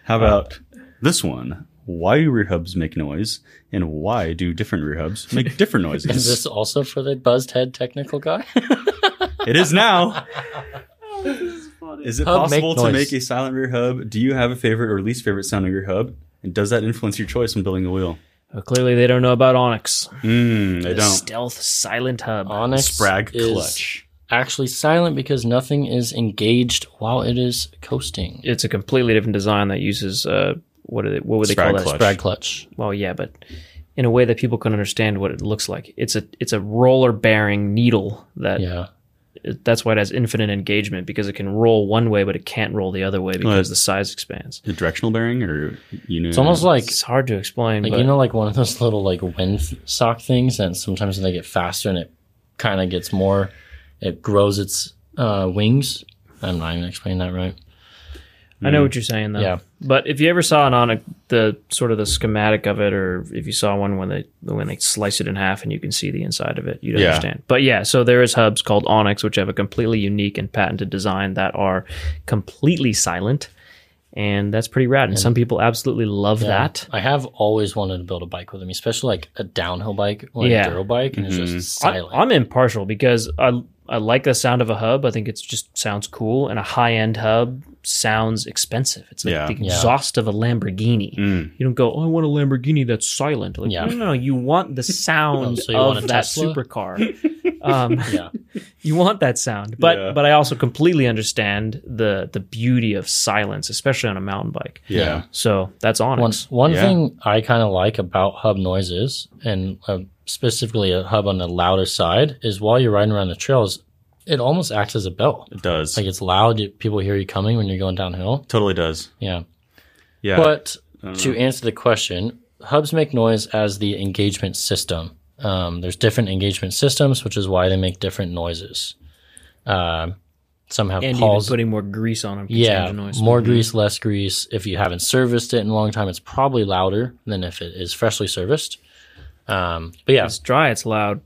Speaker 1: How about this one? Why do rear hubs make noise, and why do different rear hubs make different
Speaker 3: is
Speaker 1: noises?
Speaker 3: this also for the buzzed head technical guy?
Speaker 1: it is now. Is it
Speaker 3: Hub make
Speaker 1: possible to
Speaker 3: noise.
Speaker 1: make a silent rear hub? Do you have a favorite or least favorite sound of your hub? And does that influence your choice when building a wheel?
Speaker 2: Well, clearly, they don't know about Onyx.
Speaker 1: Mm, I
Speaker 2: The
Speaker 1: don't.
Speaker 2: Stealth silent hub.
Speaker 3: Onyx
Speaker 1: Sprag
Speaker 3: is
Speaker 1: clutch.
Speaker 3: actually silent because nothing is engaged while it is coasting.
Speaker 2: It's a completely different design that uses uh, what are they, what would they
Speaker 1: Sprag
Speaker 2: call that?
Speaker 1: clutch.
Speaker 3: Brad clutch.
Speaker 2: Well, yeah, but in a way that people can understand what it looks like. It's a it's a roller bearing needle that
Speaker 3: Yeah.
Speaker 2: it- that's why it has infinite engagement because it can roll one way, but it can't roll the other way because
Speaker 1: Right.
Speaker 2: the size expands.
Speaker 1: The directional bearing, or you know,
Speaker 3: It's almost like
Speaker 2: It's hard to explain,
Speaker 3: like
Speaker 2: but
Speaker 3: you know like one of those little like wind th- sock things and sometimes they get faster and it kind of gets more it grows its uh, wings. I'm not even explaining that right.
Speaker 2: I know what you're saying though.
Speaker 3: Yeah.
Speaker 2: But if you ever saw an on the sort of the schematic of it, or if you saw one when they when they slice it in half and you can see the inside of it, you'd
Speaker 1: Yeah.
Speaker 2: understand. But yeah, so there is hubs called Onyx which have a completely unique and patented design that are completely silent, and that's pretty rad. And, some people absolutely love that.
Speaker 3: I have always wanted to build a bike with them, especially like a downhill bike or
Speaker 2: Yeah.
Speaker 3: a duro bike and it's just
Speaker 2: I,
Speaker 3: silent.
Speaker 2: I'm impartial because I I like the sound of a hub. I think it's just sounds cool, and a high end hub sounds expensive. It's like
Speaker 1: Yeah.
Speaker 2: the
Speaker 3: Yeah.
Speaker 2: exhaust of a Lamborghini.
Speaker 1: Mm.
Speaker 2: You don't go, oh, I want a Lamborghini that's silent. Like,
Speaker 3: Yeah.
Speaker 2: no, no, no, you want the sound
Speaker 3: Oh, so you want
Speaker 2: of
Speaker 3: a
Speaker 2: that
Speaker 3: Tesla?
Speaker 2: supercar. um,
Speaker 3: yeah.
Speaker 2: you want that sound, but
Speaker 1: Yeah.
Speaker 2: but I also completely understand the the beauty of silence, especially on a mountain bike.
Speaker 1: yeah,
Speaker 2: So that's
Speaker 3: One
Speaker 2: Onyx.
Speaker 3: one
Speaker 1: Yeah.
Speaker 3: thing I kind of like about hub noises and uh, specifically a hub on the louder side is while you're riding around the trails, it almost acts as a bell.
Speaker 1: it does.
Speaker 3: Like it's loud, you- people hear you coming when you're going downhill.
Speaker 1: totally does.
Speaker 3: Yeah.
Speaker 1: Yeah,
Speaker 3: But
Speaker 1: I don't
Speaker 3: to answer the question, hubs make noise as the engagement system. Um, there's different engagement systems, which is why they make different noises. Um some have
Speaker 2: and
Speaker 3: calls.
Speaker 2: even putting more grease on them. can
Speaker 3: yeah,
Speaker 2: change the noise.
Speaker 1: Mm-hmm.
Speaker 3: more grease, less grease. If you haven't serviced it in a long time, it's probably louder than if it is freshly serviced. Um, but yeah,
Speaker 2: It's dry. It's loud.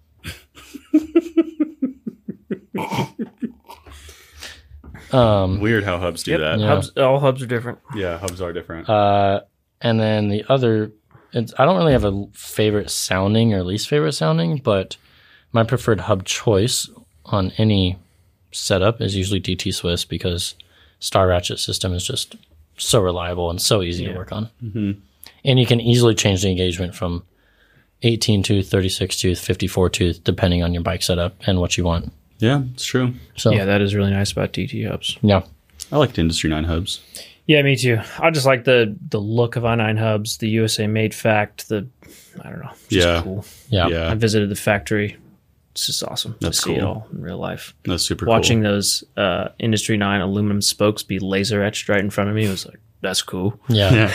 Speaker 3: um,
Speaker 1: Weird how hubs do that.
Speaker 3: Yeah.
Speaker 2: Hubs, all hubs are different.
Speaker 1: Yeah, hubs are different.
Speaker 3: Uh, and then the other, it's, I don't really have a favorite sounding or least favorite sounding, but my preferred hub choice on any setup is usually DT Swiss because Star Ratchet system is just so reliable and so easy to work on. Mm-hmm. And you can easily change the engagement from 18 tooth, 36 tooth, 54 tooth, depending on your bike setup and what you want.
Speaker 1: yeah, it's true.
Speaker 3: So,
Speaker 2: Yeah,
Speaker 3: yeah.
Speaker 2: that is really nice about DT hubs.
Speaker 1: I liked Industry 9 hubs.
Speaker 2: Yeah, me too. I just like the the look of i9 hubs, the USA made fact, the I don't know, just
Speaker 1: Yeah.
Speaker 2: cool.
Speaker 3: Yeah.
Speaker 2: I
Speaker 1: Yeah,
Speaker 2: visited the factory. It's just awesome
Speaker 1: That's
Speaker 2: to see it
Speaker 1: cool.
Speaker 2: all in real life.
Speaker 1: that's super
Speaker 2: Watching
Speaker 1: cool.
Speaker 2: those uh, Industry 9 aluminum spokes be laser etched right in front of me was like, that's cool.
Speaker 1: Yeah.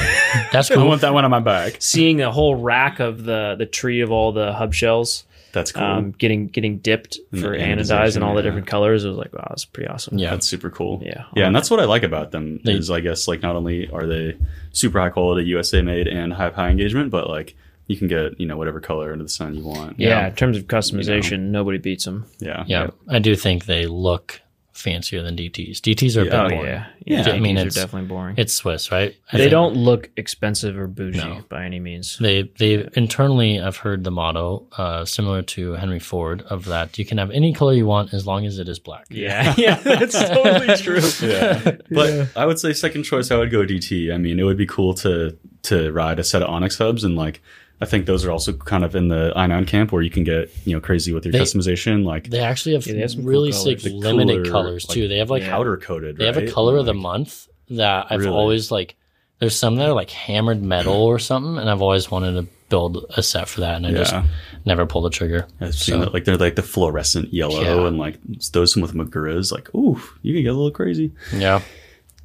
Speaker 3: That's
Speaker 1: I
Speaker 3: cool.
Speaker 1: want that one on my back.
Speaker 2: Seeing a whole rack of the the tree of all the hub shells
Speaker 1: That's cool.
Speaker 2: um, getting getting dipped
Speaker 1: And the
Speaker 2: for anodized and all the
Speaker 1: anodization,
Speaker 2: different colors, it was like, wow, that's pretty awesome.
Speaker 3: yeah.
Speaker 1: That's super cool.
Speaker 2: Yeah.
Speaker 1: Yeah, and that's what I like about them
Speaker 3: They-
Speaker 1: is I guess like not only are they super high quality USA made and have high engagement, but like you can get, you know, whatever color under the sun you want.
Speaker 2: Yeah, in terms of customization, nobody beats them.
Speaker 1: Yeah.
Speaker 3: Yeah, I do think they look fancier than DTs. DTs are
Speaker 1: Yeah.
Speaker 2: Oh
Speaker 3: a bit more.
Speaker 2: yeah,
Speaker 1: Yeah, I
Speaker 2: yeah. I
Speaker 3: mean,
Speaker 2: mean, are
Speaker 3: it's-
Speaker 2: definitely boring.
Speaker 3: It's Swiss, right? I
Speaker 2: they
Speaker 3: think
Speaker 2: don't look expensive or bougie
Speaker 3: No.
Speaker 2: by any means.
Speaker 3: They they internally. I've heard the motto uh, similar to Henry Ford of that. You can have any color you want as long as it is black.
Speaker 2: Yeah, yeah, that's totally true.
Speaker 1: Yeah. But I would say second choice I would go DT. I mean, it would be cool to to ride a set of Onyx hubs and like I think those are also kind of in the i9 camp where you can get, you know, crazy with your
Speaker 3: They-
Speaker 1: customization like
Speaker 3: They actually have,
Speaker 2: Yeah, they have some cool
Speaker 3: really
Speaker 2: colors.
Speaker 3: sick
Speaker 1: The
Speaker 3: limited
Speaker 1: cooler,
Speaker 3: colors
Speaker 1: like,
Speaker 3: too. They have like
Speaker 1: powder coated,
Speaker 3: they have a
Speaker 1: right?
Speaker 3: color of the
Speaker 1: Like,
Speaker 3: month that I've
Speaker 1: Really?
Speaker 3: always like. There's some that are like hammered metal or something, and I've always wanted to build a set for that, and I just
Speaker 1: Yeah.
Speaker 3: never pulled the trigger.
Speaker 1: I've seen that. Like they're like the fluorescent yellow
Speaker 3: Yeah.
Speaker 1: and like those with Maguras, like, ooh, you can get a little crazy.
Speaker 3: Yeah.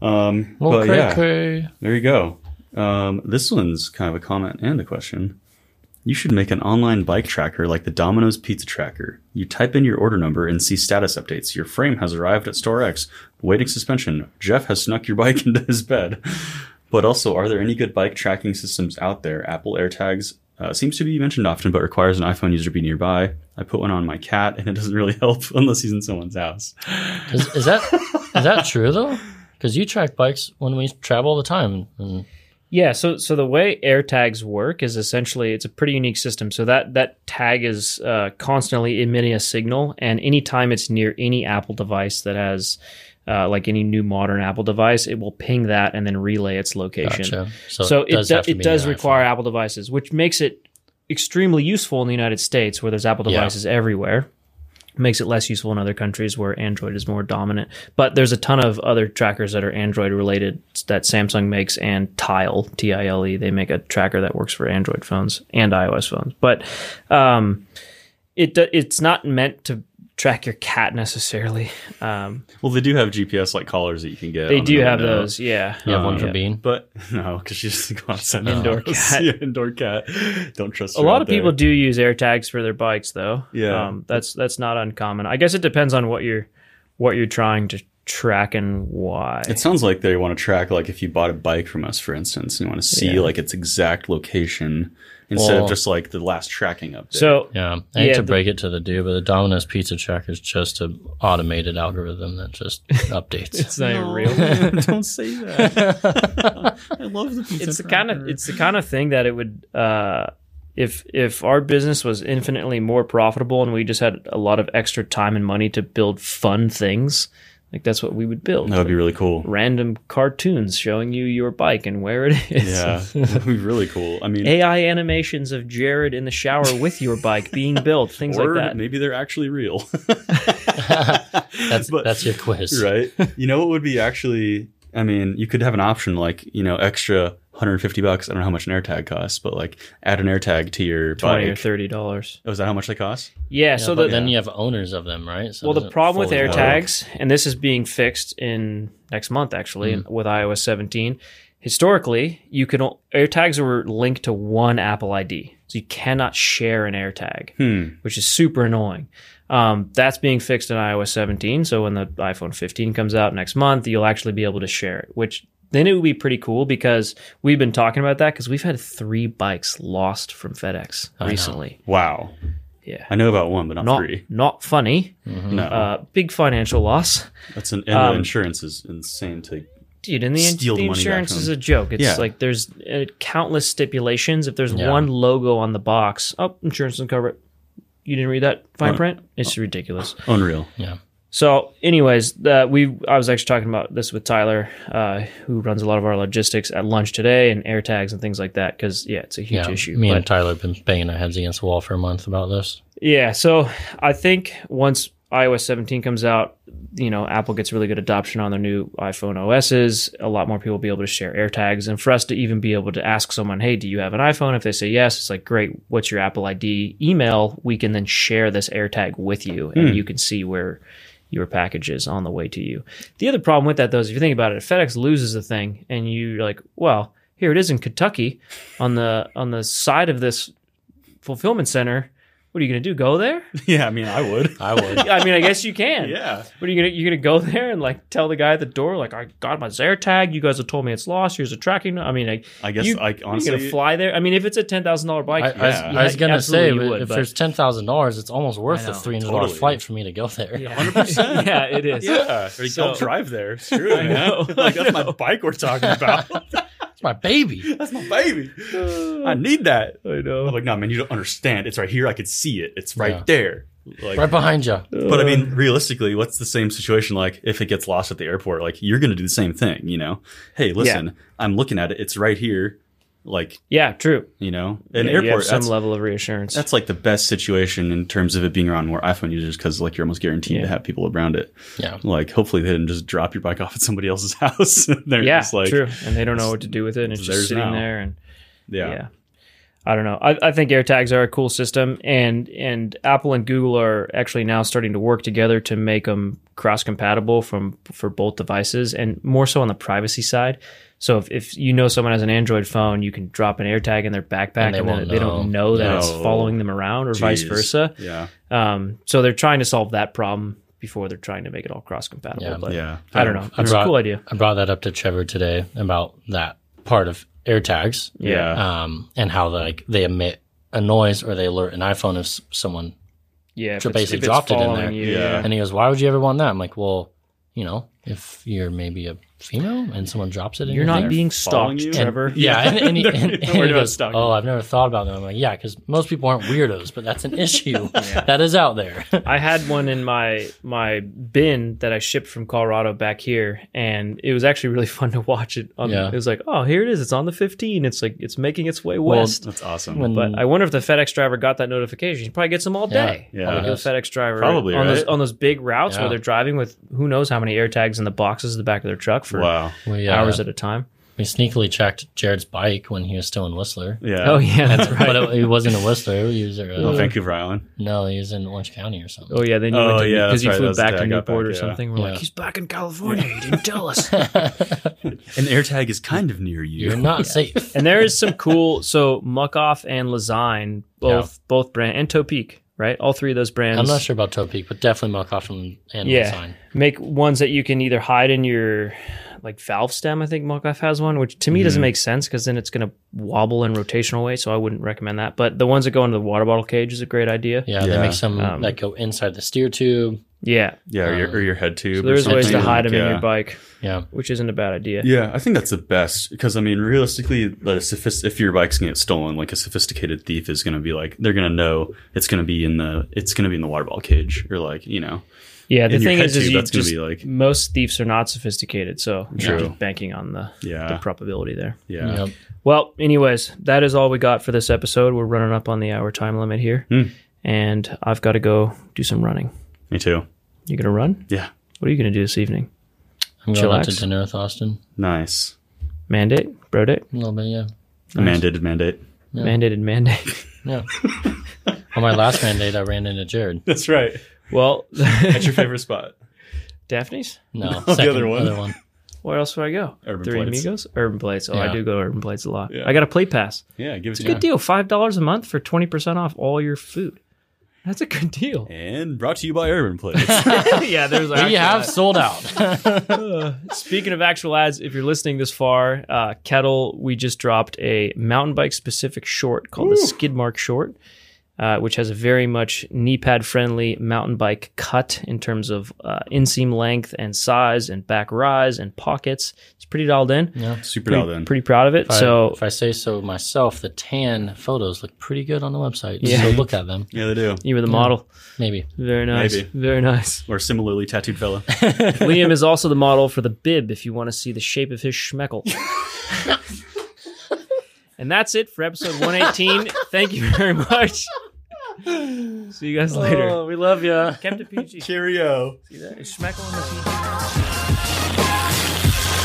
Speaker 1: Um
Speaker 3: Well,
Speaker 1: but
Speaker 3: cray
Speaker 1: yeah.
Speaker 3: cray.
Speaker 1: There you go. Um, this one's kind of a comment and a question. You should make an online bike tracker like the Domino's Pizza Tracker. You type in your order number and see status updates. Your frame has arrived at store X, waiting suspension. Jeff has snuck your bike into his bed. But also, are there any good bike tracking systems out there? Apple AirTags uh, seems to be mentioned often, but requires an iPhone user to be nearby. I put one on my cat, and it doesn't really help unless he's in someone's house.
Speaker 3: Is, is that is that true though? Because you track bikes when we travel all the time. And
Speaker 2: Yeah, so so the way air tags work is essentially it's a pretty unique system. So that that tag is uh, constantly emitting a signal, and anytime it's near any Apple device that has. Uh, like any new modern Apple device, it will ping that and then relay its location.
Speaker 3: gotcha. So,
Speaker 2: So, it does, it does require Apple devices, which makes it extremely useful in the United States, where there's Apple
Speaker 3: Yeah.
Speaker 2: devices everywhere. Makes it less useful in other countries where Android is more dominant. But there's a ton of other trackers that are Android related that Samsung makes and Tile, T I L E. They make a tracker that works for Android phones and iOS phones. But um, it do- it's not meant to track your cat necessarily. Um,
Speaker 1: Well, they do have GPS like collars that you can get.
Speaker 2: they
Speaker 1: on
Speaker 2: do
Speaker 1: an
Speaker 2: have
Speaker 1: Orno.
Speaker 2: those, yeah.
Speaker 3: You have one
Speaker 1: Uh,
Speaker 3: for
Speaker 1: yeah.
Speaker 3: Bean.
Speaker 1: But no, because she doesn't go outside. the
Speaker 2: Indoor
Speaker 1: house.
Speaker 2: cat.
Speaker 1: Yeah, indoor cat. Don't trust.
Speaker 2: Oh, A
Speaker 1: her
Speaker 2: lot
Speaker 1: out
Speaker 2: of people
Speaker 1: there.
Speaker 2: do use AirTags for their bikes, though.
Speaker 1: Yeah.
Speaker 2: um, that's that's not uncommon. I guess it depends on what you're what you're trying to track and why.
Speaker 1: It sounds like they want to track, like if you bought a bike from us, for instance, and you want to see like its exact location instead
Speaker 3: Well-
Speaker 1: of just like the last tracking update.
Speaker 2: so
Speaker 3: Yeah, I hate
Speaker 2: Yeah,
Speaker 3: to
Speaker 2: the-
Speaker 3: break it to the dude, but the Domino's Pizza Tracker is just an automated algorithm that just updates.
Speaker 2: it's not even real.
Speaker 1: don't say that. I love the pizza.
Speaker 2: it's the kind of it's the kind of thing that it would uh if if our business was infinitely more profitable and we just had a lot of extra time and money to build fun things, like that's what we would build.
Speaker 1: That would be really cool.
Speaker 2: Random cartoons showing you your bike and where it is.
Speaker 1: Yeah, that would be really cool. I mean,
Speaker 2: AI animations of Jared in the shower with your bike being built, things
Speaker 1: or
Speaker 2: like that.
Speaker 1: maybe they're actually real.
Speaker 3: that's
Speaker 1: But-
Speaker 3: that's your quiz.
Speaker 1: right? You know what would be actually? I mean, you could have an option like you know extra 150 bucks. I don't know how much an AirTag costs, but like add an AirTag to your
Speaker 2: Twenty or
Speaker 1: bike.
Speaker 2: thirty dollars.
Speaker 1: Oh, is that how much they cost?
Speaker 2: Yeah,
Speaker 3: Yeah,
Speaker 2: so
Speaker 3: but
Speaker 2: the,
Speaker 3: then you have owners of them, right? So it
Speaker 2: well, the
Speaker 3: doesn't
Speaker 2: problem with
Speaker 3: fully work. Mm-hmm.
Speaker 2: AirTags, and this is being fixed in next month actually with iOS 17, historically, you could o- AirTags were linked to one Apple ID, so you cannot share an AirTag,
Speaker 1: Hmm.
Speaker 2: which is super annoying. Um, that's being fixed in iOS 17. So when the iPhone 15 comes out next month, you'll actually be able to share it, which then it would be pretty cool because we've been talking about that because we've had three bikes lost from FedEx recently.
Speaker 1: Wow.
Speaker 2: Yeah.
Speaker 1: I know about one, but not,
Speaker 2: Not,
Speaker 1: three. Mm-hmm.
Speaker 2: not funny.
Speaker 1: No.
Speaker 2: Uh, big financial loss.
Speaker 1: That's an and
Speaker 2: um,
Speaker 1: the insurance is insane to
Speaker 2: dude, and the, in-
Speaker 1: Steal the
Speaker 2: the
Speaker 1: money back
Speaker 2: insurance
Speaker 1: from
Speaker 2: is
Speaker 1: them.
Speaker 2: a joke. It's
Speaker 1: Yeah.
Speaker 2: like there's uh, countless stipulations. If there's
Speaker 3: Yeah.
Speaker 2: one logo on the box, oh, insurance doesn't cover it. You didn't read that fine
Speaker 1: Oh.
Speaker 2: print. It's ridiculous.
Speaker 1: unreal.
Speaker 2: So, anyways, uh, we I was actually talking about this with Tyler, uh, who runs a lot of our logistics at lunch today and air tags and things like that. Because yeah, it's a huge
Speaker 3: Yeah,
Speaker 2: issue.
Speaker 3: me
Speaker 2: But-
Speaker 3: and Tyler have been banging our heads against the wall for a month about this.
Speaker 2: Yeah, so I think once iOS 17 comes out, you know, Apple gets really good adoption on their new iPhone OSs. A lot more people will be able to share AirTags, and for us to even be able to ask someone, "Hey, do you have an iPhone?" If they say yes, it's like, "Great, what's your Apple ID?" Email. We can then share this AirTag with you, and you can see where your package is on the way to you. The other problem with that, though, is if you think about it, if FedEx loses a thing, and you're like, "Well, here it is in Kentucky, on the on the side of this fulfillment center." What are you gonna do? Go there?
Speaker 1: Yeah, I mean, I would.
Speaker 3: I would.
Speaker 2: I mean, I guess you can.
Speaker 1: yeah.
Speaker 2: What are you gonna you gonna go there and like tell the guy at the door like I got my Zaire tag. You guys have told me it's lost. Here's a tracking. num-" I mean, like,
Speaker 1: I guess
Speaker 2: you,
Speaker 1: I
Speaker 2: you're
Speaker 1: honestly-
Speaker 2: gonna fly there. I mean, if it's a ten thousand dollar bike,
Speaker 3: I, I was,
Speaker 1: Yeah.
Speaker 3: I was gonna
Speaker 2: absolutely
Speaker 3: say,
Speaker 2: you
Speaker 3: if
Speaker 2: but-
Speaker 3: there's ten thousand dollars, it's almost worth the
Speaker 2: know.
Speaker 3: three hundred dollar
Speaker 1: Totally.
Speaker 3: flight for me to go there.
Speaker 2: yeah. yeah, it is.
Speaker 1: Yeah.
Speaker 2: So-
Speaker 1: Don't drive there. Screw it, man.
Speaker 2: know,
Speaker 1: like, that's my bike we're talking about.
Speaker 3: It's my baby.
Speaker 1: that's my baby. I need that.
Speaker 2: I
Speaker 1: I'm
Speaker 2: know.
Speaker 1: like, no, man, you don't understand. It's right here. I could see it. It's right
Speaker 3: Yeah.
Speaker 1: there. Like,
Speaker 3: Right behind you.
Speaker 1: but
Speaker 2: Uh.
Speaker 1: I mean, realistically, what's the same situation like if it gets lost at the airport? Like, you're going to do the same thing, you know? Hey, listen, I'm looking at it. It's right here. Like,
Speaker 2: Yeah, true.
Speaker 1: you know, an
Speaker 2: Yeah, you have
Speaker 1: airport.
Speaker 2: some
Speaker 1: that's,
Speaker 2: level of reassurance.
Speaker 1: that's like the best situation in terms of it being around more iPhone users because like you're almost guaranteed
Speaker 2: Yeah.
Speaker 1: to have people around it.
Speaker 3: Yeah.
Speaker 1: Like, hopefully they didn't just drop your bike off at somebody else's house. and They're
Speaker 2: yeah,
Speaker 1: just like,
Speaker 2: true. And they don't know what to do with it, and it's just
Speaker 1: There's
Speaker 2: sitting
Speaker 1: now.
Speaker 2: there and.
Speaker 1: Yeah.
Speaker 2: yeah. I don't know. I, I think AirTags are a cool system, and and Apple and Google are actually now starting to work together to make them cross compatible from for both devices, and more so on the privacy side. So if, if you know someone has an Android phone, you can drop an AirTag in their backpack, and,
Speaker 3: they
Speaker 2: then they,
Speaker 3: won't
Speaker 2: don't know that it's
Speaker 1: No.
Speaker 2: following them around, or vice
Speaker 1: Jeez.
Speaker 2: versa.
Speaker 1: Yeah.
Speaker 2: Um, so they're trying to solve that problem before they're trying to make it all cross compatible.
Speaker 3: Yeah.
Speaker 2: but
Speaker 1: yeah.
Speaker 2: I don't know.
Speaker 3: I
Speaker 2: It's a
Speaker 3: brought-
Speaker 2: cool idea.
Speaker 3: I brought that up to Trevor today about that part of AirTags.
Speaker 1: Yeah.
Speaker 3: Um, and how like they emit a noise or they alert an iPhone if s- someone.
Speaker 2: Yeah, if
Speaker 3: So
Speaker 2: it's-
Speaker 3: basically
Speaker 2: if it's
Speaker 3: dropped it in there.
Speaker 2: following you, yeah.
Speaker 3: And he goes, "Why would you ever want that?" I'm like, "Well, you know, if you're maybe a female and someone drops it, in
Speaker 2: You're
Speaker 3: your
Speaker 2: not
Speaker 3: thing."
Speaker 2: being
Speaker 1: following
Speaker 2: stalked,
Speaker 1: you?
Speaker 3: And-
Speaker 2: Trevor.
Speaker 3: Yeah, and, and, he- and, and he
Speaker 1: worry about
Speaker 3: goes,
Speaker 1: stalking.
Speaker 3: "Oh, I've never thought about that." I'm like, "Yeah, because most people aren't weirdos, but that's an issue that is out there."
Speaker 2: I had one in my my bin that I shipped from Colorado back here, and it was actually really fun to watch it. On,
Speaker 3: Yeah.
Speaker 2: It was like, oh, here it is. It's on the 15. It's like it's making its way
Speaker 3: Well,
Speaker 2: west.
Speaker 1: That's awesome.
Speaker 3: When-
Speaker 2: but I wonder if the FedEx driver got that notification. He probably gets them all
Speaker 3: Yeah.
Speaker 2: day.
Speaker 1: Yeah.
Speaker 2: Probably the
Speaker 3: Yes.
Speaker 2: FedEx driver
Speaker 1: Probably,
Speaker 2: on those
Speaker 1: right?
Speaker 2: on those big routes
Speaker 3: Yeah.
Speaker 2: where they're driving with who knows how many air tags in the boxes in the back of their truck for
Speaker 1: wow.
Speaker 3: we, uh,
Speaker 2: hours at a time.
Speaker 3: we sneakily checked Jared's bike when he was still in Whistler.
Speaker 1: Yeah.
Speaker 2: Oh yeah, that's right.
Speaker 3: But it, he wasn't a Whistler. He was a,
Speaker 1: Oh, Vancouver Island.
Speaker 3: no, he was in Orange County or something.
Speaker 2: Oh yeah, then you
Speaker 1: Oh,
Speaker 2: went to,
Speaker 1: yeah, that's
Speaker 2: because you
Speaker 1: right. That
Speaker 2: flew
Speaker 1: was the
Speaker 2: back
Speaker 1: day
Speaker 2: to
Speaker 1: I got
Speaker 2: Newport
Speaker 1: back,
Speaker 2: or
Speaker 1: yeah.
Speaker 2: something. We're
Speaker 3: Yeah.
Speaker 2: like, he's back in California. He didn't tell us.
Speaker 1: An AirTag is kind of near you.
Speaker 3: You're not safe.
Speaker 2: and there is some cool so muck off and Lazine, both both brand and Topeak, right? All three of those brands
Speaker 3: I'm not sure about Toe Peak, but definitely Muck Off and, and
Speaker 2: Yeah.
Speaker 3: Sign.
Speaker 2: make ones that you can either hide in your like valve stem. I think muck off has one, which
Speaker 3: Mm-hmm.
Speaker 2: to me doesn't make sense because then it's going to wobble in rotational way. So I wouldn't recommend that. But the ones that go into the water bottle cage is a great idea.
Speaker 3: Yeah, they
Speaker 1: Yeah.
Speaker 3: make some
Speaker 2: Um,
Speaker 3: that go inside the steer tube.
Speaker 2: Yeah,
Speaker 1: Yeah, or your, or your head tube.
Speaker 2: so
Speaker 1: or
Speaker 2: there's ways to
Speaker 1: something.
Speaker 2: hide them in
Speaker 1: Yeah.
Speaker 2: your bike,
Speaker 3: Yeah,
Speaker 2: which isn't a bad idea.
Speaker 1: Yeah, I think that's the best because I mean, realistically, the sophist- if your bike's gonna get stolen, like a sophisticated thief is gonna be like, they're gonna know it's gonna be in the it's gonna be in the water bottle cage or like you know,
Speaker 2: Yeah, the
Speaker 1: In your
Speaker 2: thing
Speaker 1: head
Speaker 2: is, is
Speaker 1: tube,
Speaker 2: you
Speaker 1: that's gonna
Speaker 2: just,
Speaker 1: be like-
Speaker 2: most thieves are not sophisticated, so you're
Speaker 1: True.
Speaker 2: just banking on the, the
Speaker 1: yeah,
Speaker 2: probability there.
Speaker 1: yeah.
Speaker 3: Yep.
Speaker 2: Well, anyways, that is all we got for this episode. We're running up on the hour time limit here,
Speaker 1: Hmm.
Speaker 2: and I've got to go do some running.
Speaker 1: Me too.
Speaker 2: You gonna run?
Speaker 1: Yeah,
Speaker 2: What are you gonna do this evening?
Speaker 3: I'm going out to
Speaker 2: Chillax.
Speaker 3: dinner with Austin
Speaker 1: nice.
Speaker 2: Mandate, bro date,
Speaker 3: a little bit. Yeah,
Speaker 1: A mandated mandate.
Speaker 2: mandated mandate.
Speaker 3: yeah. On my last mandate, I ran into Jared.
Speaker 1: That's right.
Speaker 2: Well,
Speaker 1: That's your favorite spot.
Speaker 2: Daphne's.
Speaker 3: No, second,
Speaker 1: other one.
Speaker 3: Other one.
Speaker 2: Where else would I go?
Speaker 1: Urban
Speaker 2: Three
Speaker 1: Plates.
Speaker 2: Amigos? Urban Plates. Oh, I
Speaker 3: Yeah.
Speaker 2: do go to Urban Plates a lot.
Speaker 1: Yeah.
Speaker 2: I got a plate pass.
Speaker 1: Yeah, give it
Speaker 2: It's a
Speaker 1: to
Speaker 2: good deal. Five dollars a month for twenty percent off all your food. That's a good deal.
Speaker 1: And brought to you by Urban Place.
Speaker 2: yeah, there's
Speaker 3: We have sold out.
Speaker 2: Speaking of actual ads, if you're listening this far, uh, Kettle, we just dropped a mountain bike specific short called the Skidmark Short, uh, which has a very much knee pad friendly mountain bike cut in terms of uh, inseam length and size and back rise and pockets. It's pretty dialed in.
Speaker 1: Super
Speaker 2: Pretty,
Speaker 1: dialed in.
Speaker 2: pretty proud of it. so
Speaker 3: if I say so myself, the tan photos look pretty good on the website.
Speaker 2: Yeah.
Speaker 3: So look at them.
Speaker 1: Yeah, they do.
Speaker 2: you were the model.
Speaker 3: Maybe.
Speaker 2: Very nice.
Speaker 1: Maybe.
Speaker 2: Very nice.
Speaker 1: Or similarly tattooed fella.
Speaker 2: Liam is also the model for the bib if you want to see the shape of his schmeckle. and that's it for episode 118. Thank you very much. See you guys later.
Speaker 3: we love you.
Speaker 2: Kept it PG.
Speaker 1: Cheerio.
Speaker 2: See that? Schmeckle in the PG.